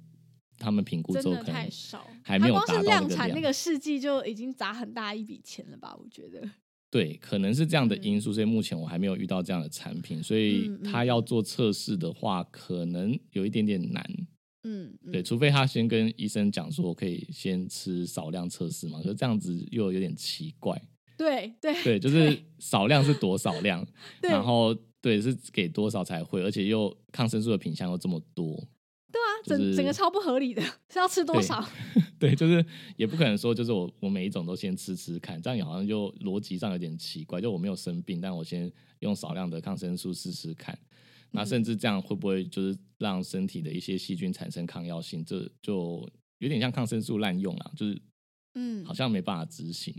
Speaker 2: 他们评估
Speaker 1: 真
Speaker 2: 之后
Speaker 1: 的
Speaker 2: 可能
Speaker 1: 太少。
Speaker 2: 还没有
Speaker 1: 它光
Speaker 2: 达
Speaker 1: 是
Speaker 2: 到那
Speaker 1: 量
Speaker 2: 个
Speaker 1: 产
Speaker 2: 量
Speaker 1: 那个试剂就已经砸很大一笔钱了吧？我觉得，
Speaker 2: 对，可能是这样的
Speaker 1: 嗯
Speaker 2: 因素，所以目前我还没有遇到这样的产品，所以
Speaker 1: 嗯嗯
Speaker 2: 他要做测试的话，可能有一点点难。
Speaker 1: 嗯，嗯
Speaker 2: 对，除非他先跟医生讲说，我可以先吃少量测试嘛，可是这样子又有点奇怪。
Speaker 1: 对对
Speaker 2: 对，就是少量是多少 量，
Speaker 1: 对
Speaker 2: 然后对是给多少才会，而且又抗生素的品相又这么多，
Speaker 1: 啊，
Speaker 2: 就
Speaker 1: 整整个
Speaker 2: 是
Speaker 1: 超不合理的，是要吃多
Speaker 2: 对
Speaker 1: 少？
Speaker 2: 对，就是也不可能说就是我我每一种都先吃吃看，这样也好像就逻辑上有点奇怪。就我没有生病，但我先用少量的抗生素试试看，
Speaker 1: 嗯
Speaker 2: 那甚至这样会不会就是让身体的一些细菌产生抗药性？这就有点像抗生素滥用啦，啊就是
Speaker 1: 嗯
Speaker 2: 好，像没办法执行。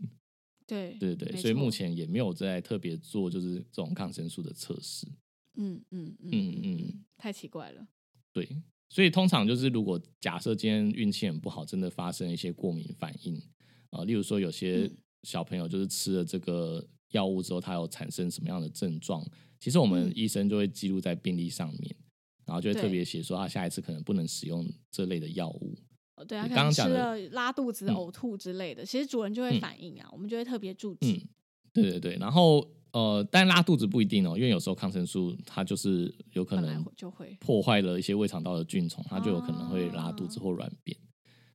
Speaker 1: 对
Speaker 2: 对对
Speaker 1: 没
Speaker 2: 对，所以目
Speaker 1: 错
Speaker 2: 前也没有在特别做就是这种抗生素的测试。
Speaker 1: 嗯嗯嗯
Speaker 2: 嗯
Speaker 1: 嗯
Speaker 2: 嗯
Speaker 1: 嗯，太奇怪了。
Speaker 2: 对，所以通常就是如果假设今天运气很不好，真的发生一些过敏反应，呃，例如说有些
Speaker 1: 嗯
Speaker 2: 小朋友就是吃了这个药物之后，他有产生什么样的症状，其实我们
Speaker 1: 嗯
Speaker 2: 医生就会记录在病历上面，然后就会特
Speaker 1: 对
Speaker 2: 别写说他下一次可能不能使用这类的药物。
Speaker 1: 哦对啊，
Speaker 2: 你
Speaker 1: 可能
Speaker 2: 刚刚
Speaker 1: 吃
Speaker 2: 讲的
Speaker 1: 了拉肚子、
Speaker 2: 嗯
Speaker 1: 呕吐之类的，其实主人就会
Speaker 2: 嗯
Speaker 1: 反应啊，我们就会特别注
Speaker 2: 嗯
Speaker 1: 记。，
Speaker 2: 对对对，然后呃，但拉肚子不一定哦，因为有时候抗生素它就是有可
Speaker 1: 本来
Speaker 2: 能
Speaker 1: 会就会
Speaker 2: 破坏了一些胃肠道的菌虫，它就有可能会拉肚子或软便。
Speaker 1: 啊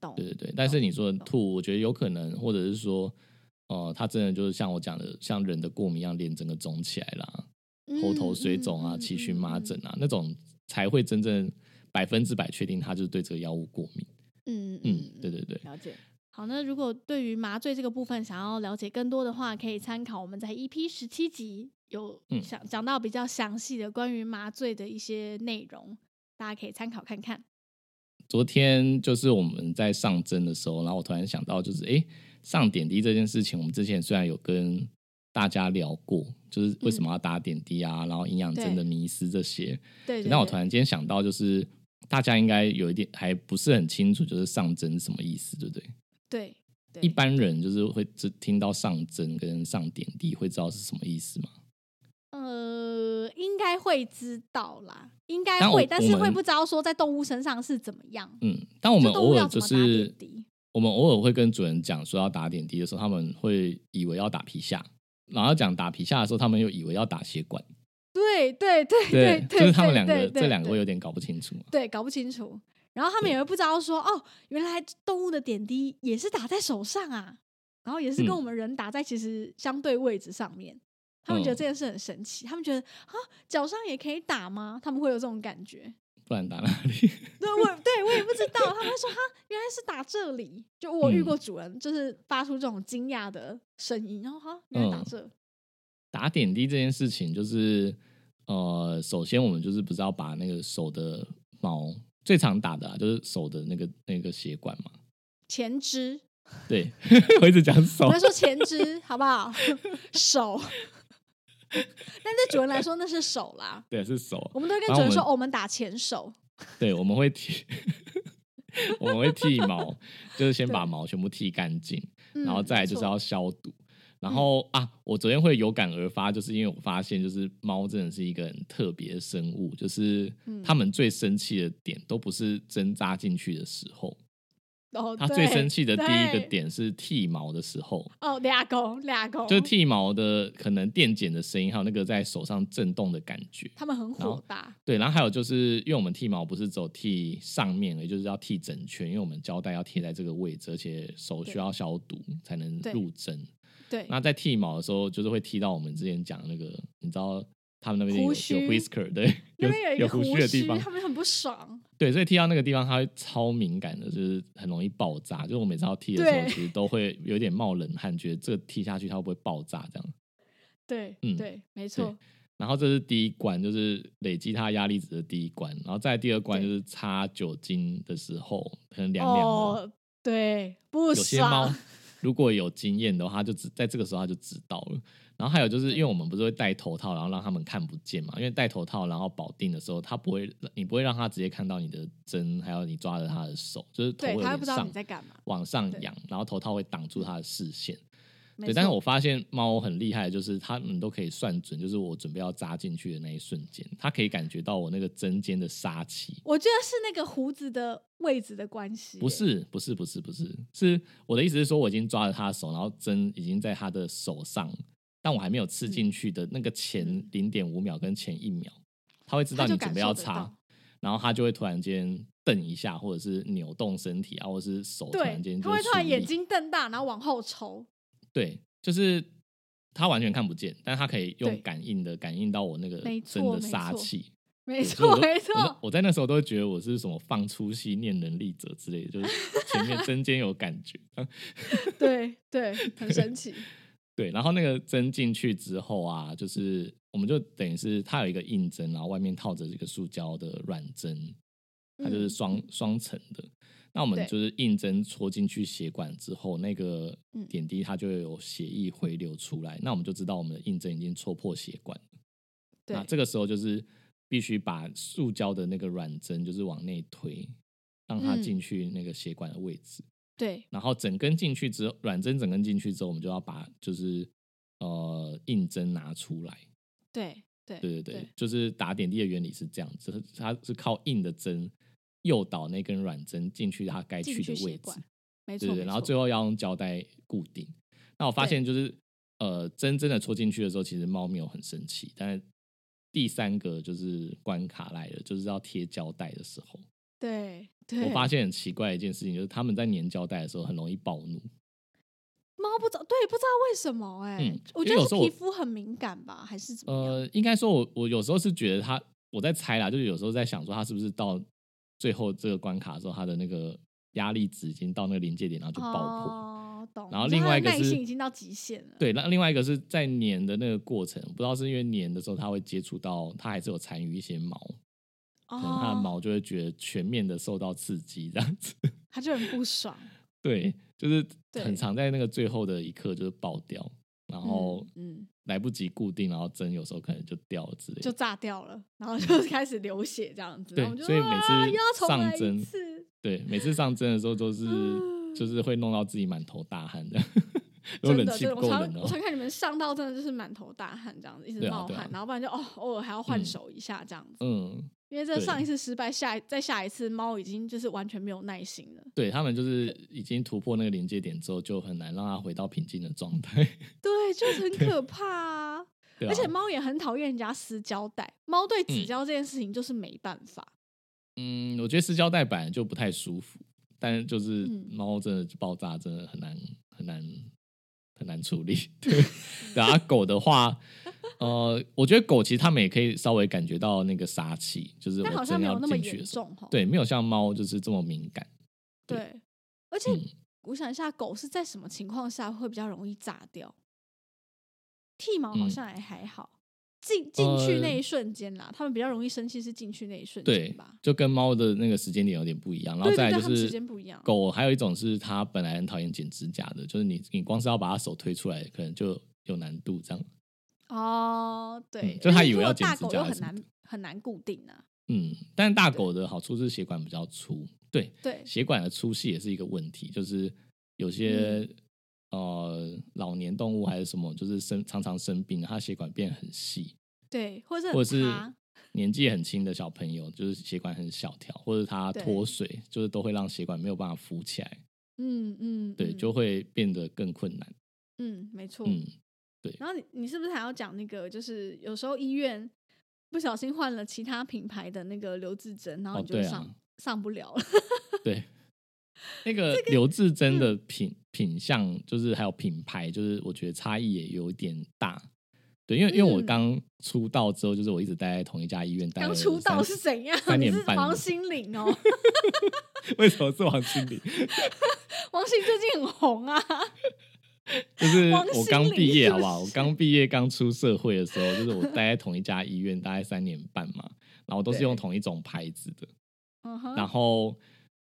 Speaker 1: 懂
Speaker 2: 对对对，但是你说的吐，我觉得有可能，或者是说，呃，它真的就是像我讲的，像人的过敏一样，脸整个肿起来啦，
Speaker 1: 嗯
Speaker 2: 喉头水肿啊，气荨麻疹。啊，那种才会真正百分之百确定它就是对这个药物过敏。
Speaker 1: 嗯嗯嗯嗯嗯
Speaker 2: 嗯，对对对，
Speaker 1: 了解。好，那如果对于麻醉这个部分想要了解更多的话，可以参考我们在 EP 十七集有
Speaker 2: 嗯
Speaker 1: 想讲到比较详细的关于麻醉的一些内容，大家可以参考看看。
Speaker 2: 昨天就是我们在上针的时候，然后我突然想到，就是诶，上点滴这件事情，我们之前虽然有跟大家聊过，就是为什么要打点滴啊，然后营养针的迷思这些。
Speaker 1: 嗯对对
Speaker 2: 那我
Speaker 1: 对
Speaker 2: 突然间想到，就是大家应该有一点还不是很清楚，就是上针是什么意思，对不对？
Speaker 1: 对对
Speaker 2: 一般人就是会只听到上针跟上点滴，会知道是什么意思吗？
Speaker 1: 呃，应该会知道啦，应该
Speaker 2: 但我
Speaker 1: 会，但是
Speaker 2: 我们
Speaker 1: 会不知道说在动物身上是怎么样。
Speaker 2: 嗯，当我们
Speaker 1: 动物
Speaker 2: 偶
Speaker 1: 要
Speaker 2: 尔
Speaker 1: 怎
Speaker 2: 就
Speaker 1: 么打
Speaker 2: 是
Speaker 1: 点滴？
Speaker 2: 我们偶尔会跟主人讲说要打点滴的时候，他们会以为要打皮下，然后讲打皮下的时候，他们又以为要打血 管，
Speaker 1: 对对对对，
Speaker 2: 就是他们
Speaker 1: 对
Speaker 2: 两
Speaker 1: 对
Speaker 2: 个
Speaker 1: 对
Speaker 2: 这两个
Speaker 1: 对
Speaker 2: 会有点搞不清楚。啊
Speaker 1: 对搞不清楚，然后他们也会不知道说哦，原来动物的点滴也是打在手上啊，然后也是跟
Speaker 2: 嗯
Speaker 1: 我们人打在其实相对位置上面。他们觉得
Speaker 2: 嗯
Speaker 1: 这件事很神奇，他们觉得啊，脚上也可以打吗？他们会有这种感觉。
Speaker 2: 不然打哪里？
Speaker 1: 对，我对我也不知道，他们说哈，原来是打这里。就我
Speaker 2: 嗯
Speaker 1: 遇过主人，就是发出这种惊讶的声音，然后哈，原来打
Speaker 2: 嗯
Speaker 1: 这。
Speaker 2: 打点滴这件事情，就是呃，首先我们就是不是要把那个手的毛最常打的、啊、就是手的那个那个血管嘛。
Speaker 1: 前肢，
Speaker 2: 对， 我一直讲手
Speaker 1: 我 要，说前肢好不好？ 手，但对主人来说那是手啦。
Speaker 2: 对，是手。啊
Speaker 1: 我们都会跟
Speaker 2: 然
Speaker 1: 主
Speaker 2: 后
Speaker 1: 人说，
Speaker 2: 我们
Speaker 1: 哦我们打前手，
Speaker 2: 对，我们会剃， 我们会剃毛，就是先把
Speaker 1: 对
Speaker 2: 毛全部剃干净，
Speaker 1: 嗯
Speaker 2: 然后再来就
Speaker 1: 没
Speaker 2: 是
Speaker 1: 错嗯
Speaker 2: 要消毒。然后、啊，我昨天会有感而发，就是因为我发现，就是猫真的是一个很特别的生物，就是
Speaker 1: 嗯
Speaker 2: 它们最生气的点都不是针扎进去的时候，
Speaker 1: 哦，
Speaker 2: 它
Speaker 1: 对
Speaker 2: 最生气的第一个
Speaker 1: 对
Speaker 2: 点是剃毛的时候，
Speaker 1: 哦，俩狗俩狗，
Speaker 2: 就是剃毛的可能电剪的声音，还有那个在手上震动的感觉。
Speaker 1: 他们很
Speaker 2: 然后
Speaker 1: 火大，
Speaker 2: 对，然后还有就是，因为我们剃毛不是只有剃上面而已，也就是要剃整圈，因为我们胶带要贴在这个位置，而且手需
Speaker 1: 对
Speaker 2: 要消毒才能
Speaker 1: 对
Speaker 2: 入针。
Speaker 1: 对，
Speaker 2: 那在剃毛的时候，就是会剃到我们之前讲那个，你知道他们那边有
Speaker 1: 胡
Speaker 2: 有
Speaker 1: 须
Speaker 2: whisker，对，
Speaker 1: 那
Speaker 2: 有
Speaker 1: 边一个
Speaker 2: 胡
Speaker 1: 须
Speaker 2: 须的地方，
Speaker 1: 他们很不爽，
Speaker 2: 对，所以剃到那个地方，它会超敏感的，就是很容易爆炸。就是我每次要剃的时候，
Speaker 1: 对
Speaker 2: 其实都会有点冒冷汗，觉得这个剃下去它会不会爆炸这样。
Speaker 1: 对，
Speaker 2: 嗯
Speaker 1: 对，没错，
Speaker 2: 然后这是第一关，就是累积它压力值的第一关。然后再来第二关就
Speaker 1: 对
Speaker 2: 是擦酒精的时候，可能凉凉的。
Speaker 1: 哦，对，不
Speaker 2: 有些 猫
Speaker 1: 爽，
Speaker 2: 如果有经验的话，它就知在这个时候它就知道了。然后还有就是，
Speaker 1: 对
Speaker 2: 因为我们不是会戴头套，然后让他们看不见嘛。因为戴头套，然后保定的时候，它不会，你不会让它直接看到你的针，还有你抓着它的手，就是头
Speaker 1: 对，
Speaker 2: 会有
Speaker 1: 他
Speaker 2: 点
Speaker 1: 不知道
Speaker 2: 上
Speaker 1: 你在干嘛，
Speaker 2: 往上
Speaker 1: 对
Speaker 2: 扬，然后头套会挡住它的视线。
Speaker 1: 没
Speaker 2: 对，但是
Speaker 1: 错
Speaker 2: 我发现猫很厉害，就是它们都可以算准，就是我准备要扎进去的那一瞬间，它可以感觉到我那个针尖的杀气。
Speaker 1: 我觉得是那个胡子的位置的关系，
Speaker 2: 不，是，不是，不是，不是，是我的意思是说，我已经抓了他的手，然后针已经在他的手上，但我还没有刺进去的那个前
Speaker 1: 嗯
Speaker 2: 零点五秒跟前一秒，他会知道
Speaker 1: 他就
Speaker 2: 你
Speaker 1: 感
Speaker 2: 准备
Speaker 1: 受
Speaker 2: 要
Speaker 1: 得
Speaker 2: 插
Speaker 1: 到，
Speaker 2: 然后他就会突然间瞪一下，或者是扭动身体啊，或者是手突然
Speaker 1: 对
Speaker 2: 间，
Speaker 1: 他
Speaker 2: 就
Speaker 1: 会突然
Speaker 2: 出
Speaker 1: 眼
Speaker 2: 力，
Speaker 1: 睛瞪大，然后往后抽，
Speaker 2: 对，就是他完全看不见，但他可以用
Speaker 1: 对
Speaker 2: 感应的感应到我那个
Speaker 1: 没
Speaker 2: 针
Speaker 1: 错
Speaker 2: 的
Speaker 1: 没
Speaker 2: 杀
Speaker 1: 错
Speaker 2: 气，
Speaker 1: 没
Speaker 2: 所以
Speaker 1: 错
Speaker 2: 我都
Speaker 1: 没
Speaker 2: 我那
Speaker 1: 错，
Speaker 2: 我在那时候都会觉得我是什么放出息念能力者之类的，就是前 面针尖有感觉。嗯
Speaker 1: 对对，很神奇，
Speaker 2: 对，然后那个针进去之后啊，就是我们就等于是它有一个硬针，然后外面套着这个塑胶的软针， 它就是
Speaker 1: 嗯
Speaker 2: 双、双层的。那我们
Speaker 1: 对
Speaker 2: 就是硬针戳进去血管之后，那个
Speaker 1: 嗯
Speaker 2: 点滴它就会有血液回流出来，那我们就知道我们的硬针已经戳破血管。那
Speaker 1: 对，
Speaker 2: 这个时候就是必须把塑胶的那个软针就是往内推，让它
Speaker 1: 嗯
Speaker 2: 进去那个血管的位置。
Speaker 1: 对
Speaker 2: 然后整根进去之后，软针整根进去之后，我们就要把就是呃硬针拿出来。
Speaker 1: 对对
Speaker 2: 对对对，就是打点滴的原理是这样子，就是它是靠硬的针诱导那根软针进去它该
Speaker 1: 进
Speaker 2: 去的
Speaker 1: 去
Speaker 2: 位
Speaker 1: 血
Speaker 2: 置
Speaker 1: 管。没
Speaker 2: 对
Speaker 1: 错，
Speaker 2: 对，
Speaker 1: 没
Speaker 2: 然后
Speaker 1: 错
Speaker 2: 最后要用胶带固定。那我发
Speaker 1: 对
Speaker 2: 现就是，呃，针真的戳进去的时候，其实猫没有很生气，但是第三个就是关卡来了，就是要贴胶带的时候，
Speaker 1: 对对，
Speaker 2: 我发现很奇怪的一件事情，就是他们在粘胶带的时候很容易暴怒。
Speaker 1: 猫不知道，对，不知道为什么哎、
Speaker 2: 嗯
Speaker 1: 我
Speaker 2: 因
Speaker 1: 觉得
Speaker 2: 为有
Speaker 1: 是
Speaker 2: 时候我
Speaker 1: 皮肤很敏感吧，还是怎么样？
Speaker 2: 呃，应该说我我有时候是觉得他，我在猜啦，就是有时候在想说他是不是到最后这个关卡的时候，他的那个压力值已经到那个临界点，然后就爆破。
Speaker 1: 哦，懂。
Speaker 2: 然后
Speaker 1: 你说
Speaker 2: 另
Speaker 1: 它的
Speaker 2: 外一个
Speaker 1: 耐
Speaker 2: 是
Speaker 1: 性已经到极限了。
Speaker 2: 对，那另外一个是在粘的那个过程，不知道是因为粘的时候它会接触到，它还是有残余一些毛，可能它的
Speaker 1: 哦，
Speaker 2: 毛就会觉得全面的受到刺激这样子。
Speaker 1: 它就很不爽。
Speaker 2: 对，就是
Speaker 1: 对
Speaker 2: 很常在那个最后的一刻就是爆掉，然后
Speaker 1: 嗯，嗯
Speaker 2: 来不及固定，然后针有时候可能就掉了之类
Speaker 1: 就
Speaker 2: 的。
Speaker 1: 炸掉了，然后就开始流血这样子。
Speaker 2: 嗯对
Speaker 1: 然后我们就
Speaker 2: 所以每
Speaker 1: 啊
Speaker 2: 次
Speaker 1: 又要重
Speaker 2: 上
Speaker 1: 来一
Speaker 2: 针
Speaker 1: 次。
Speaker 2: 对，每次上针的时候都是
Speaker 1: 啊
Speaker 2: 就是会弄到自己满头大汗 的，如果
Speaker 1: 真
Speaker 2: 冷
Speaker 1: 的，
Speaker 2: 气
Speaker 1: 真的，
Speaker 2: 不
Speaker 1: 我
Speaker 2: 够
Speaker 1: 常
Speaker 2: 冷
Speaker 1: 我
Speaker 2: 哦。
Speaker 1: 常看你们上到真的就是满头大汗这样子，一直
Speaker 2: 对啊
Speaker 1: 冒
Speaker 2: 对啊
Speaker 1: 汗，然后不然就哦偶尔还要换
Speaker 2: 嗯
Speaker 1: 手一下这样子，
Speaker 2: 嗯，
Speaker 1: 因为这
Speaker 2: 对
Speaker 1: 上一次失败，下一再下一次猫已经就是完全没有耐心了。
Speaker 2: 对他们就是已经突破那个临界点之后，就很难让它回到平静的状态。
Speaker 1: 对，就是很可怕啊。
Speaker 2: 对啊
Speaker 1: 而且猫也很讨厌人家撕胶带，猫对纸
Speaker 2: 嗯
Speaker 1: 胶这件事情就是没办法。
Speaker 2: 嗯，我觉得撕胶带本来就不太舒服，但是就是
Speaker 1: 嗯
Speaker 2: 猫真的爆炸真的啊很难很难很难处理。对，然后狗的话，呃，我觉得狗其实它们也可以稍微感觉到那个杀气，就是
Speaker 1: 但好
Speaker 2: 我
Speaker 1: 像
Speaker 2: 真
Speaker 1: 没
Speaker 2: 的
Speaker 1: 有
Speaker 2: 要
Speaker 1: 那么
Speaker 2: 进去
Speaker 1: 严
Speaker 2: 的时候，
Speaker 1: 重哈。
Speaker 2: 对，没有像猫就是这么敏感。对
Speaker 1: 对，而且
Speaker 2: 嗯，
Speaker 1: 我想一下，狗是在什么情况下会比较容易炸掉？剃毛好
Speaker 2: 嗯
Speaker 1: 像也还好，进进去
Speaker 2: 呃
Speaker 1: 那一瞬间啦，它们比较容易生气是进去那一瞬间
Speaker 2: 对
Speaker 1: 吧？，
Speaker 2: 就跟猫的那个时间点有点不一样。然后
Speaker 1: 对
Speaker 2: 再
Speaker 1: 对
Speaker 2: 来
Speaker 1: 对，
Speaker 2: 就
Speaker 1: 它们时
Speaker 2: 是
Speaker 1: 间不一样。
Speaker 2: 狗还有一种是它本来很讨厌剪指甲的，就是你你光是要把它手推出来，可能就有难度这样。
Speaker 1: 哦，对，
Speaker 2: 嗯就它
Speaker 1: 而且
Speaker 2: 以
Speaker 1: 如果
Speaker 2: 为要剪
Speaker 1: 大
Speaker 2: 指
Speaker 1: 狗
Speaker 2: 甲
Speaker 1: 又
Speaker 2: 还
Speaker 1: 很
Speaker 2: 是什么
Speaker 1: 难很难固定啊。
Speaker 2: 嗯，但大狗的好处是血管比较粗，对，
Speaker 1: 对，
Speaker 2: 血管的粗细也是一个问题，就是
Speaker 1: 嗯
Speaker 2: 有些、呃老年动物还是什么，就是生常常生病，它血管变很细，
Speaker 1: 对，或者
Speaker 2: 或者
Speaker 1: 是
Speaker 2: 是
Speaker 1: 很塌
Speaker 2: 年纪很轻的小朋友，就是血管很小条，或者它
Speaker 1: 对
Speaker 2: 脱水，就是都会让血管没有办法浮起来，
Speaker 1: 嗯嗯，
Speaker 2: 对，
Speaker 1: 嗯
Speaker 2: 就会变得更困难。
Speaker 1: 嗯，没错。
Speaker 2: 嗯，
Speaker 1: 然后你你是不是还要讲那个，就是有时候医院不小心换了其他品牌的那个留置针，然后
Speaker 2: 哦
Speaker 1: 你就
Speaker 2: 对啊
Speaker 1: 上、上不了了。
Speaker 2: 对。那个刘志
Speaker 1: 嗯
Speaker 2: 珍的品、品相，就是还有品牌，就是我觉得差异也有点大。对，因为、因为我
Speaker 1: 嗯
Speaker 2: 刚出道之后，就是我一直待在同一家医院，待
Speaker 1: 刚
Speaker 2: 了
Speaker 1: 出道
Speaker 2: 三
Speaker 1: 是怎样？
Speaker 2: 三
Speaker 1: 你
Speaker 2: 年
Speaker 1: 是
Speaker 2: 半
Speaker 1: 王
Speaker 2: 了
Speaker 1: 心凌哦，
Speaker 2: 为什么是王心凌？
Speaker 1: 王心凌最近很红啊。
Speaker 2: 就 是
Speaker 1: 王心
Speaker 2: 我刚
Speaker 1: 凌
Speaker 2: 毕业，
Speaker 1: 是不
Speaker 2: 好不好？我
Speaker 1: 是
Speaker 2: 刚毕业刚出社会的时候，就是我待在同一家医院，大概三年半嘛，然后都是
Speaker 1: 对
Speaker 2: 用同一种牌子的。
Speaker 1: 嗯哼，
Speaker 2: 然后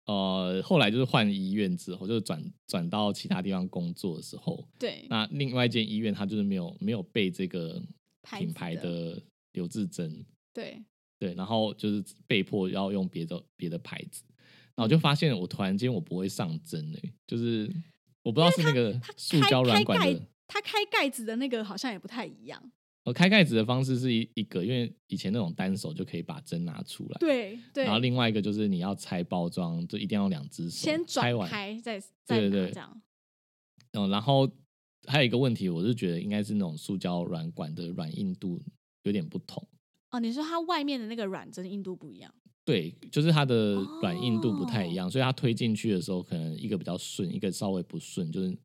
Speaker 2: 呃，后来就是换医院之后，就是转转到其他地方工作的时候，
Speaker 1: 对，
Speaker 2: 那另外一间医院它就是没有没有被这个
Speaker 1: 牌
Speaker 2: 品
Speaker 1: 子
Speaker 2: 牌
Speaker 1: 的
Speaker 2: 的刘志珍，
Speaker 1: 对，
Speaker 2: 对，然后就是被迫要用别的别的牌子，然
Speaker 1: 嗯
Speaker 2: 后我就发现我突然间我不会上针诶、就是我不知道是那个塑胶
Speaker 1: 开
Speaker 2: 软
Speaker 1: 开
Speaker 2: 管
Speaker 1: 盖
Speaker 2: 的。，
Speaker 1: 它开盖子的那个好像也不太一样。
Speaker 2: 我开盖子的方式是一一个，因为以前那种单手就可以把针拿出来，
Speaker 1: 对对
Speaker 2: 然，后另外一个就是你要拆包装，就一定要两只手
Speaker 1: 先转
Speaker 2: 拆完，
Speaker 1: 开，再再
Speaker 2: 对
Speaker 1: 拿
Speaker 2: 对对
Speaker 1: 这样。
Speaker 2: 嗯，然后还有一个问题，我是觉得应该是那种塑胶软管的软硬度有点不同，
Speaker 1: 哦，你说它外面的那个软针硬度不一样。
Speaker 2: 对，就是它的软硬度不太
Speaker 1: 哦
Speaker 2: 一样，所以它推进去的时候，可能一个比较顺，一个稍微不顺，就是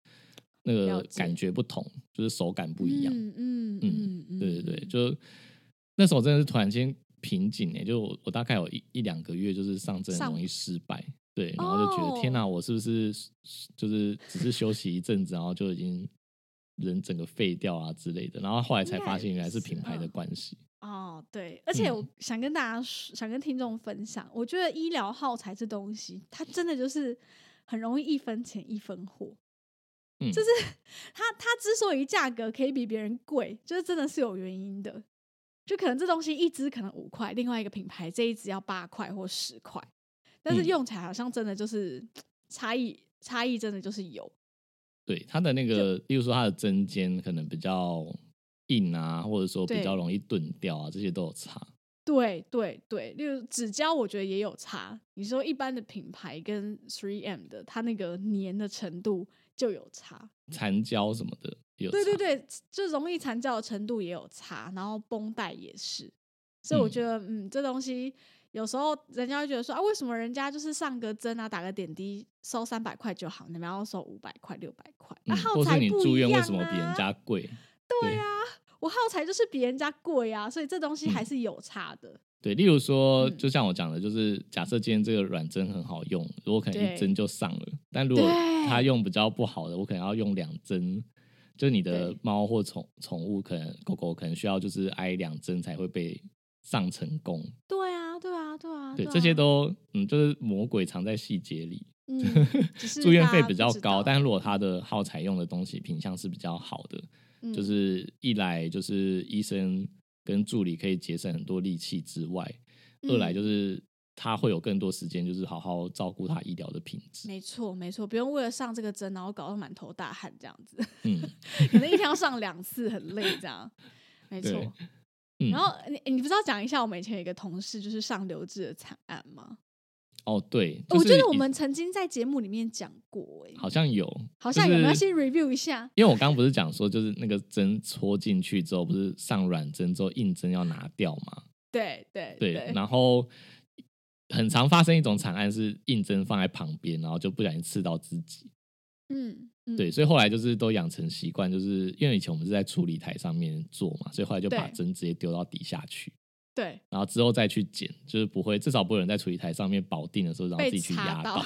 Speaker 2: 那
Speaker 1: 了
Speaker 2: 个
Speaker 1: 解
Speaker 2: 感觉不同，就是手感不一样。
Speaker 1: 嗯嗯
Speaker 2: 嗯
Speaker 1: 嗯嗯，
Speaker 2: 对对对，
Speaker 1: 嗯
Speaker 2: 就那时候真的是突然间瓶颈哎、就我我大概有一一两个月就是上阵
Speaker 1: 上哦
Speaker 2: 容易失败，对，然后就觉得、天哪，我是不是就是只是休息一阵子，然后就已经人整个废掉啊之类的，然后后来才发现
Speaker 1: 应该
Speaker 2: 原来是
Speaker 1: 是
Speaker 2: 品牌的
Speaker 1: 嗯
Speaker 2: 关系，
Speaker 1: 哦，对，而
Speaker 2: 嗯
Speaker 1: 且我想跟大家说、想跟听众分享，我觉得医疗耗材这东西，它真的就是很容易一分钱一分货。
Speaker 2: 嗯，
Speaker 1: 就是它它之所以价格可以比别人贵，就是真的是有原因的。就可能这东西一支可能五块，另外一个品牌这一支要八块或十块，但是
Speaker 2: 嗯
Speaker 1: 用起来好像真的就是差异差异真的就是有。
Speaker 2: 对它的那个，例如说它的针尖可能比较硬啊，或者说比
Speaker 1: 对
Speaker 2: 较容易钝掉啊，这些都有差。
Speaker 1: 对对对，例如纸胶，我觉得也有差。你说一般的品牌跟 Three M 的，它那个粘的程度就有差。
Speaker 2: 残胶什么的也有
Speaker 1: 对对啊对，
Speaker 2: 差，
Speaker 1: 就容易缠胶的程度也有差，然后绷带也是。所以我
Speaker 2: 嗯
Speaker 1: 觉得，嗯这东西有时候人家会觉得说啊，为什么人家就是上个针啊，打个点滴收三百块就好，你们要收五百块、六百块？那、
Speaker 2: 嗯，
Speaker 1: 耗
Speaker 2: 或
Speaker 1: 材
Speaker 2: 是你
Speaker 1: 不
Speaker 2: 住
Speaker 1: 一
Speaker 2: 院为
Speaker 1: 样
Speaker 2: 什么比人
Speaker 1: 啊
Speaker 2: 家贵？
Speaker 1: 对啊，我耗材就是比人家贵啊，所以这东西还
Speaker 2: 嗯
Speaker 1: 是有差的。
Speaker 2: 对，例如说，
Speaker 1: 嗯
Speaker 2: 就像我讲的，就是假设今天这个软针很好用，如果可能
Speaker 1: 对
Speaker 2: 一针就上了，但如果
Speaker 1: 对
Speaker 2: 它用比较不好的，我可能要用两针。就你的
Speaker 1: 对
Speaker 2: 猫或宠宠物，可能狗狗可能需要就是挨两针才会被上成功。
Speaker 1: 对啊，对啊，对啊，
Speaker 2: 对，
Speaker 1: 啊
Speaker 2: 这些都嗯，就是魔鬼藏在细节里。
Speaker 1: 嗯 只是
Speaker 2: 住院
Speaker 1: 大
Speaker 2: 费
Speaker 1: 家
Speaker 2: 比
Speaker 1: 不
Speaker 2: 较
Speaker 1: 知
Speaker 2: 高，
Speaker 1: 道
Speaker 2: 但如果它的耗材用的东西品相是比较好的，
Speaker 1: 嗯
Speaker 2: 就是一来就是医生跟助理可以节省很多力气之外，二
Speaker 1: 嗯
Speaker 2: 来就是他会有更多时间，就是好好照顾他医疗的品质。
Speaker 1: 没错没错，不用为了上这个针，然后搞得满头大汗这样子，
Speaker 2: 嗯，
Speaker 1: 可能一天要上两次，很累这 样。没错
Speaker 2: 对，嗯
Speaker 1: 然后你你不是要讲一下我们以前有一个同事就是上留置的惨案吗？
Speaker 2: 哦对，
Speaker 1: 我
Speaker 2: 就是
Speaker 1: 觉得我
Speaker 2: 以
Speaker 1: 们曾经在节目里面讲过、哎，
Speaker 2: 好像有，
Speaker 1: 好
Speaker 2: 就
Speaker 1: 像有，没有
Speaker 2: 是
Speaker 1: 先 review 一下？
Speaker 2: 因为我刚刚不是讲说，就是那个针戳进去之后，不是上软针之后硬针要拿掉嘛？
Speaker 1: 对对
Speaker 2: 对，然后很常发生一种惨案是硬针放在旁边，然后就不小心刺到自己。
Speaker 1: 嗯嗯
Speaker 2: 对，所以后来就是都养成习惯，就是因为以前我们是在处理台上面做嘛，所以后来就把
Speaker 1: 对
Speaker 2: 针直接丢到底下去，
Speaker 1: 对，
Speaker 2: 然后之后再去剪，就是不会，至少不会有人在处理台上面保定的时候，然后
Speaker 1: 被
Speaker 2: 自己去
Speaker 1: 查
Speaker 2: 压
Speaker 1: 到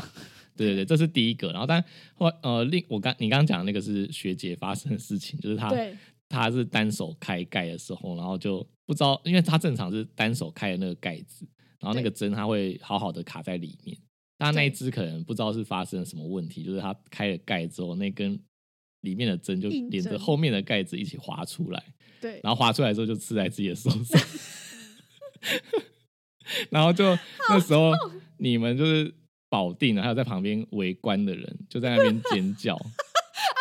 Speaker 2: 对对对，这是第一个。然后但后来呃，另我刚你刚刚讲的那个是学姐发生的事情，就是 她
Speaker 1: 对，
Speaker 2: 她是单手开盖的时候，然后就不知道，因为她正常是单手开的那个盖子，然后那个针它会好好的卡在里面。但那一只可能不知道是发生了什么问题，就是它开了盖之后，那根里面的针就
Speaker 1: 硬
Speaker 2: 连着
Speaker 1: 针
Speaker 2: 后面的盖子一起滑出来，
Speaker 1: 对，
Speaker 2: 然后滑出来之后就刺在自己的手 上，然后就那时候你们就是保定的，啊还有在旁边围观的人就在那边尖 叫，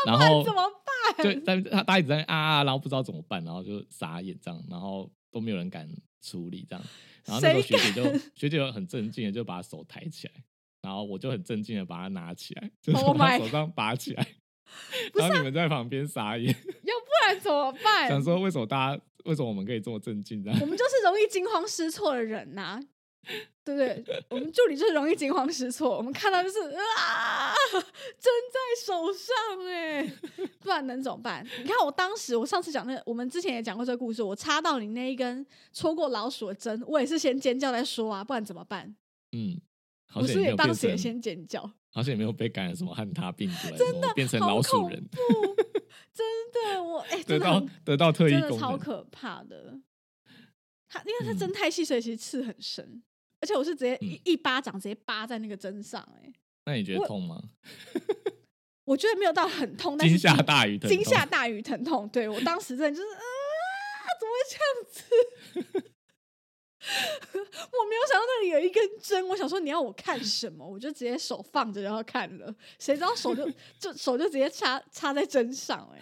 Speaker 2: 然后
Speaker 1: 啊怎么办？
Speaker 2: 就在他他一直在啊啊，然后不知道怎么办，然后就傻眼这样，然后都没有人敢处理这样，然后那时候学
Speaker 1: 谁
Speaker 2: 姐就学姐就很镇静的就把手抬起来，然后我就很镇静的把它拿起来， 就是
Speaker 1: Oh
Speaker 2: 从他
Speaker 1: my- 啊
Speaker 2: 手上拔起来，然后你们在旁边傻眼，
Speaker 1: 要不然怎么办？
Speaker 2: 想说为什么大家为什么我们可以这么镇静这样
Speaker 1: 我？们就是容易惊慌失措的人呐、对不对？我们助理就是容易惊慌失措，我们看到就是啊，针在手上哎、 不然能怎么办？你看我当时，我上次讲那个，我们之前也讲过这个故事，我插到你那一根戳过老鼠的针，我也是先尖叫再说啊，不然怎么办？
Speaker 2: 嗯，好
Speaker 1: 我是
Speaker 2: 险
Speaker 1: 不是
Speaker 2: 你没
Speaker 1: 也
Speaker 2: 有变
Speaker 1: 当时也
Speaker 2: 成，
Speaker 1: 先尖叫，
Speaker 2: 好险你没有被感染什么汉他 病毒还是什么，真的变成
Speaker 1: 好
Speaker 2: 老鼠
Speaker 1: 恐
Speaker 2: 人，
Speaker 1: 怖，真的我哎、
Speaker 2: 得
Speaker 1: 真的
Speaker 2: 到
Speaker 1: 很
Speaker 2: 得到特异
Speaker 1: 真的
Speaker 2: 功
Speaker 1: 超
Speaker 2: 能，
Speaker 1: 可怕的。它因为它
Speaker 2: 嗯
Speaker 1: 针太细，所以其实刺很深，而且我是直接一、
Speaker 2: 嗯
Speaker 1: 一巴掌直接扒在那个针上、哎，
Speaker 2: 那你觉得
Speaker 1: 我
Speaker 2: 痛吗？
Speaker 1: 我觉得没有到很痛，但是
Speaker 2: 惊吓大于疼
Speaker 1: 惊
Speaker 2: 痛
Speaker 1: 吓大于疼痛。对我当时真的就是啊，怎么会这样子？ 我没有想到那里有一根针，我想说你要我看什么，我就直接手放着然后看了，谁知道手 就就手就直接插插在针上、哎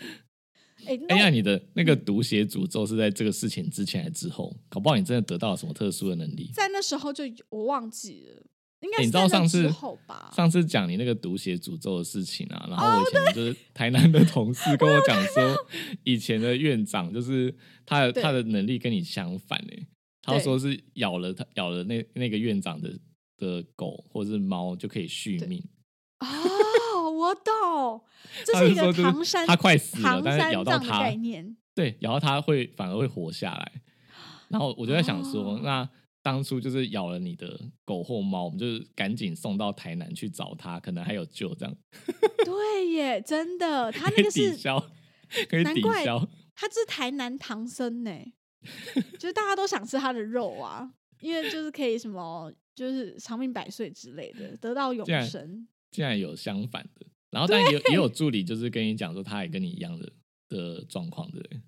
Speaker 1: 哎、那嗯
Speaker 2: 哎呀，你的那个毒邪诅咒是在这个事情之前还是之后？搞不好你真的得到了什么特殊的能力。
Speaker 1: 在那时候就有我忘记了，应该
Speaker 2: 哎
Speaker 1: 是
Speaker 2: 你知道
Speaker 1: 在那
Speaker 2: 上
Speaker 1: 之
Speaker 2: 次
Speaker 1: 后吧？哦
Speaker 2: 上次讲你那个毒邪诅咒的事情啊，然后我以前就是台南的同 事跟我讲说，以前的院长就是他的
Speaker 1: 对
Speaker 2: 他的能力跟你相反哎、他
Speaker 1: 对
Speaker 2: 说是咬了他咬了那那个院长的的狗或是猫就可以续命，
Speaker 1: 哦，我懂，这
Speaker 2: 他
Speaker 1: 是
Speaker 2: 就
Speaker 1: 一个
Speaker 2: 说就是
Speaker 1: 唐山
Speaker 2: 他快死了
Speaker 1: 唐，
Speaker 2: 但
Speaker 1: 三
Speaker 2: 是咬
Speaker 1: 藏
Speaker 2: 到
Speaker 1: 的
Speaker 2: 他
Speaker 1: 概念，
Speaker 2: 对，然后它会反而会活下来。然后我就在想说，
Speaker 1: 哦
Speaker 2: 那当初就是咬了你的狗或猫，我们就是赶紧送到台南去找它，可能还有救，这样
Speaker 1: 对耶，真 的，他
Speaker 2: 可
Speaker 1: 那
Speaker 2: 以
Speaker 1: 个
Speaker 2: 抵
Speaker 1: 是
Speaker 2: 消，可以
Speaker 1: 难
Speaker 2: 抵
Speaker 1: 怪
Speaker 2: 消。
Speaker 1: 他是台南唐僧 呢，就是大家都想吃他的肉啊，因为就是可以什么。就是长命百岁之类的，得到永
Speaker 2: 竟然
Speaker 1: 生。
Speaker 2: 竟然有相反的，然后但也有也有助理就是跟你讲说，他也跟你一样的的状况的人，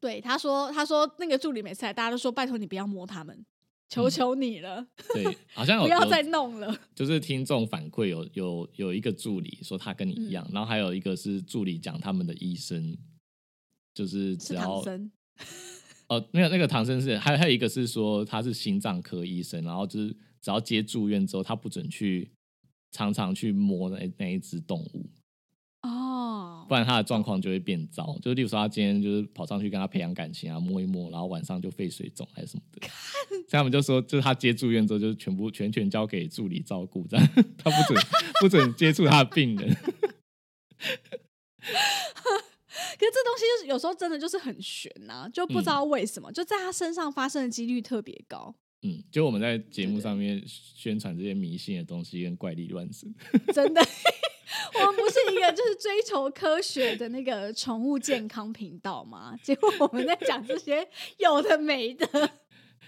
Speaker 1: 对，他说，他说那个助理每次来，大家都说拜托你不要摸他们，求
Speaker 2: 嗯
Speaker 1: 求你了，
Speaker 2: 对，好像有
Speaker 1: 不要
Speaker 2: 有
Speaker 1: 再弄了。
Speaker 2: 就是听众反馈有有有一个助理说他跟你一样，
Speaker 1: 嗯
Speaker 2: 然后还有一个是助理讲他们的医生，就是只
Speaker 1: 是
Speaker 2: 要
Speaker 1: 唐僧，
Speaker 2: 哦，没有那个唐僧是，还还有一个是说他是心脏科医生，然后就是只要接住院之后，他不准去常常去摸那那一只动物，
Speaker 1: 哦
Speaker 2: 不，然他的状况就会变糟。就例如说他今天就是跑上去跟他培养感情啊，摸一摸，然后晚上就肺水肿还是什么的。所以他们就说，就是他接住院之后，就是全部全权交给助理照顾，这样他不准不准接触他的病人。
Speaker 1: 可是这东西就是有时候真的就是很悬呐、就不知道为什么，就在他身上发生的几率特别高，
Speaker 2: 嗯，就我们在节目上面宣传这些迷信的东西跟怪力乱神。
Speaker 1: 真的。 我们不是一个就是追求科学的那个宠物健康频道吗？结果我们在讲这些有的没的，